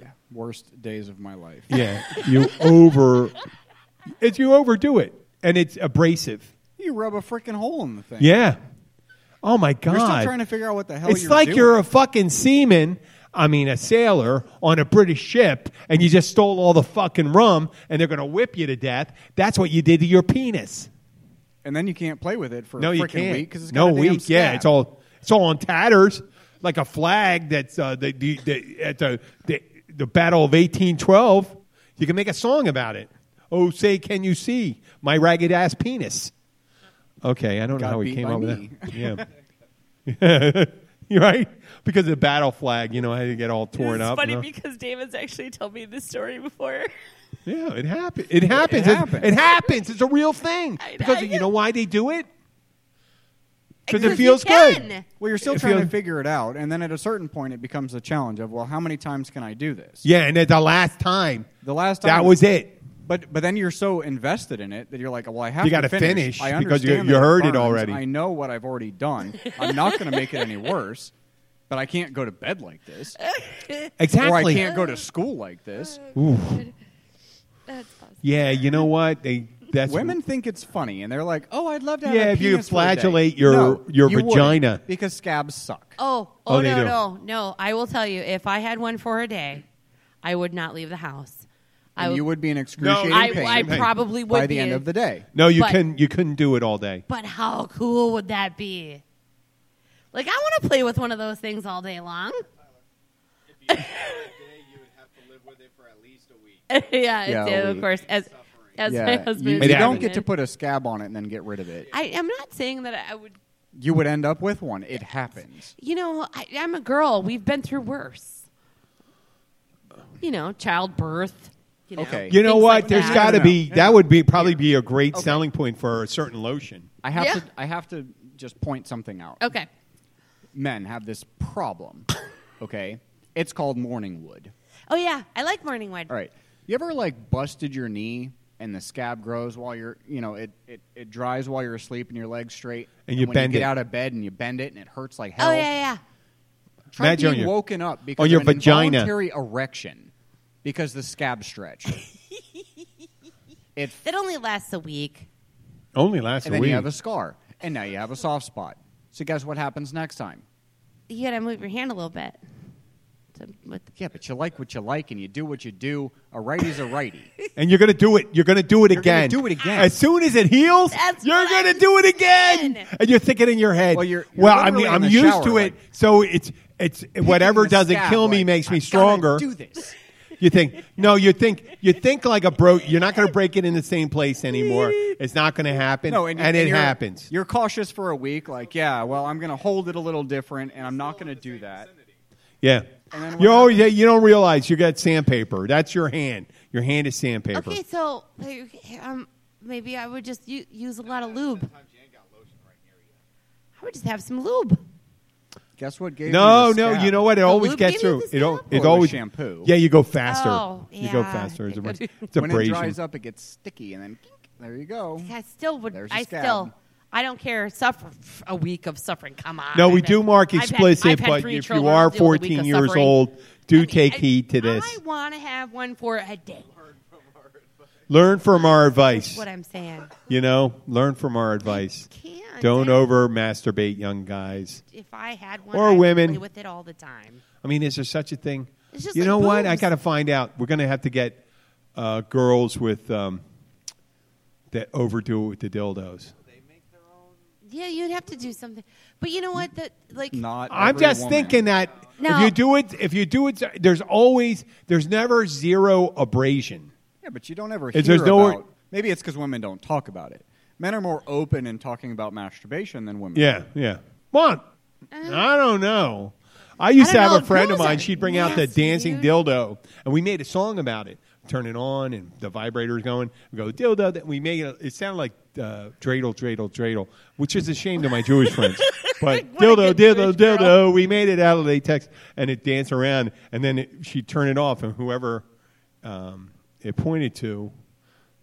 C: Yeah, worst days of my life.
B: Yeah. You over. It's you overdo it. And it's abrasive.
C: You rub a freaking hole in the thing.
B: Yeah. Oh my god!
C: You're still trying to figure out what the hell
B: it's
C: you're
B: like
C: doing.
B: you're a fucking seaman. I mean, a sailor on a British ship, and you just stole all the fucking rum, and they're gonna whip you to death. That's what you did to your penis.
C: and then you can't play with it for
B: No,
C: a
B: you
C: freaking
B: can't.
C: week because it's got
B: no
C: a damn
B: week. Yeah,
C: scab.
B: it's all it's all on tatters, like a flag that's uh, the, the, the at the, the the Battle of eighteen twelve. You can make a song about it. Oh, say can you see my ragged ass penis? Okay, I don't know
C: Got
B: how we
C: beat
B: came
C: by
B: up
C: me.
B: with that. Yeah. Yeah. You're right. Because of the battle flag, you know, how you get all torn
E: it's
B: up.
E: funny
B: you know?
E: because David's actually told me this story before.
B: Yeah, it happens. It happens. It happens.
C: happens.
B: It happens. It's a real thing.
E: I-
B: Because
E: I
B: you
E: know.
B: know why they do it? Because it
A: you
B: feels
A: can.
B: good.
C: Well, you're still
B: If
C: trying
B: you're-
C: to figure it out, and then at a certain point, it becomes a challenge of, well, how many times can I do this?
B: Yeah, and at the last time,
C: The last time
B: that was it.
C: But but then you're so invested in it that you're like, well, I have
B: You
C: got
B: gotta
C: to
B: finish
C: I
B: because you-
C: understand
B: you
C: that
B: heard it
C: burns.
B: already.
C: I know what I've already done. I'm not going to make it any worse. But I can't go to bed like this,
B: Exactly.
C: or I can't go to school like this.
E: That's awesome.
B: Yeah, you know what? They that's
C: Women think it's funny, and they're like, "Oh, I'd love to." Have
B: Yeah,
C: a
B: if you
C: penis for a day."
B: flagellate your-
C: No,
B: your
C: you wouldn't,
B: vagina.
C: because scabs suck.
A: Oh,
B: Oh,
A: oh,
B: they
A: no,
B: do.
A: no, no. I will tell you, if I had one for a day, I would not leave the house. I
C: and
A: would,
C: you would be in excruciating
A: I,
C: pain
A: I
B: pain.
A: probably would
C: by the
A: be
C: end
A: a-
C: of the day.
B: No, you
A: But-
B: couldn't. You couldn't do it all day.
A: But how cool would that be? Like, I want to play with one of those things all day long. yeah,
C: Yeah,
A: it-
C: a
A: of
C: week.
A: course. As as my
C: Yeah,
A: husband,
C: you,
A: is
B: It
C: you don't
B: happens.
A: doing
C: get to
A: it.
C: put a scab on it and then get rid of it.
A: I am not saying that I would.
C: You would end up with one. It happens.
A: You know, I, I'm a girl. We've been through worse. You know, childbirth. You know,
C: Okay.
B: You know
A: things
B: what?
A: like
B: There's
A: that.
B: got to
C: No, no,
B: be
C: no.
B: that would be probably be a great selling point for a certain lotion.
C: I have
A: Yeah.
C: to. I have to just point something out.
A: Okay.
C: Men have this problem. Okay, it's called morning wood.
A: Oh yeah, I like morning wood.
C: All right. You ever like busted your knee and the scab grows while you're, you know, it, it, it dries while you're asleep and your leg's straight.
B: And you
C: when
B: bend it.
C: you get out of bed and you bend it and it hurts like hell.
A: Oh yeah, yeah.
C: Try
B: Imagine on
C: being
B: your-
C: woken up because
B: on your
C: of an
B: vagina.
C: involuntary erection because the scab stretched. it
A: That only lasts a week.
B: Only lasts
C: and
B: a
C: then
B: week.
C: you have a scar and now you have a soft spot. So guess what happens next time?
A: You gotta move your hand a little bit. To, with
C: Yeah, but you like what you like and you do what you do. A righty's a righty.
B: and you're gonna do it. You're gonna do it
C: You're gonna
B: again.
C: do it again.
B: As soon as it heals,
A: That's
B: you're
A: what
B: gonna
A: I'm
B: do it again.
A: saying.
B: And you're thinking in your head.
C: Well, you're- you're
B: well, I'm,
C: literally in
B: I'm
C: the
B: used
C: shower,
B: to it.
C: like-
B: so it's it's whatever
C: Picking the
B: doesn't
C: scab,
B: kill me
C: like,
B: makes me
C: I gotta
B: stronger.
C: Do this.
B: You think no, you think you think like a bro. You're not going to break it in the same place anymore. It's not going to happen.
C: No, and,
B: it
C: you're-
B: happens.
C: You're cautious for a week, like, yeah, well, I'm going to hold it a little different, and I'm not going to do that.
B: yeah,
C: And then what
B: you always, you don't realize you got sandpaper. That's your hand. Your hand is sandpaper.
A: Okay, so like, um, maybe I would just u- use a lot of lube. I would just have some lube.
C: Guess what? Gave
B: no,
C: me the
B: no.
C: scab?
B: You know what? It
A: The
B: always
A: lube
B: gets
A: gave you
B: through.
A: the
B: It, al-
A: scab?
C: Or
B: it
C: with
B: always
C: shampoo.
B: Yeah, you go faster.
A: Oh,
B: You go
A: yeah.
B: faster. It's,
A: It
B: a,
A: goes-
B: it's
C: When it
B: abrasion.
C: dries up, it gets sticky, and then kink, there you go.
A: I still would.
C: There's a
A: I
C: scab.
A: still. I don't care. Suffer f- a week of suffering. Come on.
B: No, we
A: I've
B: do
A: had-
B: mark
A: I've had-
B: explicit,
A: I've had
B: but
A: three
B: if you
A: children,
B: are
A: I'll deal with a week
B: 14
A: of
B: years
A: suffering.
B: old, do
A: I mean,
B: take
A: I-
B: heed to this.
A: I want to have one for a day.
B: Learn from our
A: That's
B: advice.
A: what I'm saying.
B: You know, learn from our advice.
A: Can't.
B: Don't
A: I-
B: over masturbate young guys.
A: If I had one,
B: Or
A: I would
B: women.
A: play with it all the time.
B: I mean, is there such a thing?
A: It's just
B: you
A: like
B: know what? I
A: boobs.
B: got to find out. We're going to have to get uh, girls with um, that overdo it with the dildos.
A: Yeah, you'd have to do something. But you know what? That like
C: Not.
B: I'm
C: every
B: just
C: woman.
B: thinking that
A: No.
B: if you do it, if you do it, there's always there's never zero abrasion.
C: Yeah, but you don't ever hear
B: If there's no-
C: about. Maybe it's because women don't talk about it. Men are more open in talking about masturbation than women.
B: Yeah, yeah. Well, I don't know. I used
A: Uh-huh. I
B: to
A: don't
B: have a
A: know.
B: friend of
A: Girls
B: mine.
A: are
B: She'd bring out the
A: nasty,
B: dancing
A: dude.
B: dildo, and we made a song about it. Turn it on, and the vibrator's going. We go dildo. That we made it. It sounded like uh, dreidel, dreidel, dreidel, which is a shame to my Jewish friends. But
A: What a
B: dildo,
A: good
B: dildo,
A: Jewish
B: dildo.
A: girl.
B: We made it out of latex, and it danced around, and then it, she'd turn it off, and whoever um, it pointed to,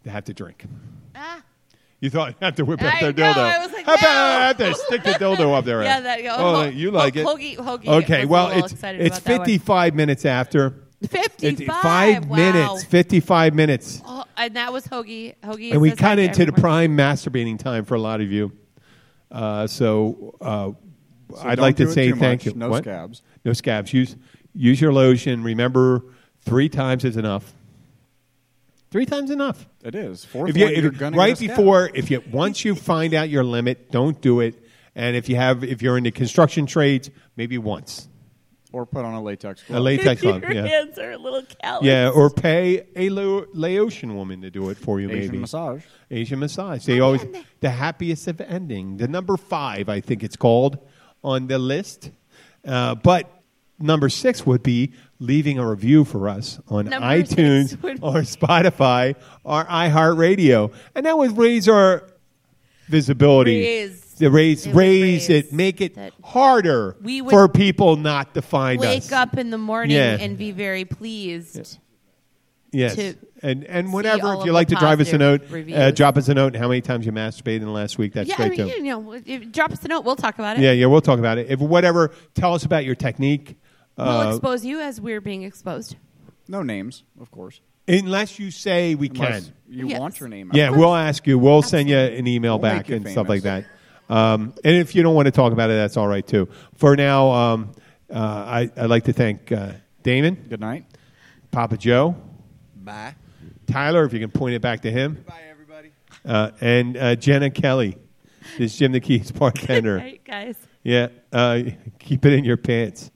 B: they had to drink.
A: ah.
B: You thought have to whip out
A: I
B: their
A: know,
B: dildo.
A: I was like,
B: Have to-
A: no.
B: have to stick the dildo up there.
A: Yeah, that-
B: Oh,
A: Ho-
B: you like
A: Ho- Hoagie-
B: it?
A: Hoagie was
B: Okay,
A: a
B: well,
A: little
B: it's
A: excited
B: it's
A: about that one.
B: 55 minutes after.
A: 55.
B: It's five
A: wow.
B: minutes. 55 minutes,
A: Oh, and that was Hoagie. Hoagie.
B: and we
A: says hi
B: cut
A: to
B: into the
A: everyone.
B: prime masturbating time for a lot of you. Uh, so uh,
C: So
B: I'd
C: don't
B: like
C: do
B: to
C: it
B: say
C: too
B: thank
C: much.
B: you.
C: No
B: What?
C: scabs.
B: No scabs. Use use your lotion. Remember, three times is enough. Three times enough.
C: It is. Fourth
B: If you-
C: one,
B: if-
C: you're gonna get
B: right
C: a scab.
B: before, if you once you find out your limit, don't do it. And if you have, if you're in the construction trades, maybe once
C: or put on a latex glove.
B: a latex
E: Your
B: glove, yeah,
E: hands are a little callous.
B: yeah, or pay a Lao- Laotian woman to do it for you,
C: Asian
B: maybe
C: massage.
B: Asian massage. They always the happiest of ending. The number five, I think it's called on the list. Uh, but number six would be leaving a review for us on
A: Number
B: iTunes
A: six would
B: or Spotify or iHeartRadio, and that would raise our visibility.
A: Raise.
B: The raise,
A: It
B: raise,
A: would raise
B: it, make it
A: that-
B: harder
A: We would
B: for people not to find
A: Wake
B: us.
A: up in the morning
B: Yeah.
A: and be very pleased.
B: Yes.
A: to
B: and and whatever,
A: all
B: if
A: of
B: you like
A: the
B: to drive us a note,
A: positive
B: uh,
A: reviews.
B: drop us a note. And how many times you masturbated in the last week? That's
A: Yeah, I
B: great
A: mean,
B: too.
A: you know, if- drop us a note. We'll talk about it.
B: Yeah, yeah, we'll talk about it. If whatever, tell us about your technique.
A: We'll
B: uh,
A: expose you as we're being exposed.
C: No names, of course.
B: unless you say we
C: Unless
B: can.
C: you
A: Yes.
C: want your name.
B: Yeah,
C: out.
B: we'll ask you. We'll send you an email
C: We'll
B: back
C: make you
B: and stuff like
C: famous.
B: that. Um, and if you don't want to talk about it, that's all right too. For now, um, uh, I, I'd like to thank uh, Damon,
C: Good night.
B: Papa Joe,
D: Bye.
B: Tyler, if you can point it back to him,
D: Bye, everybody.
B: uh, and uh, Jenna Kelly. This is Jim the Keys bartender.
E: Right, guys.
B: Yeah, uh, keep it in your pants.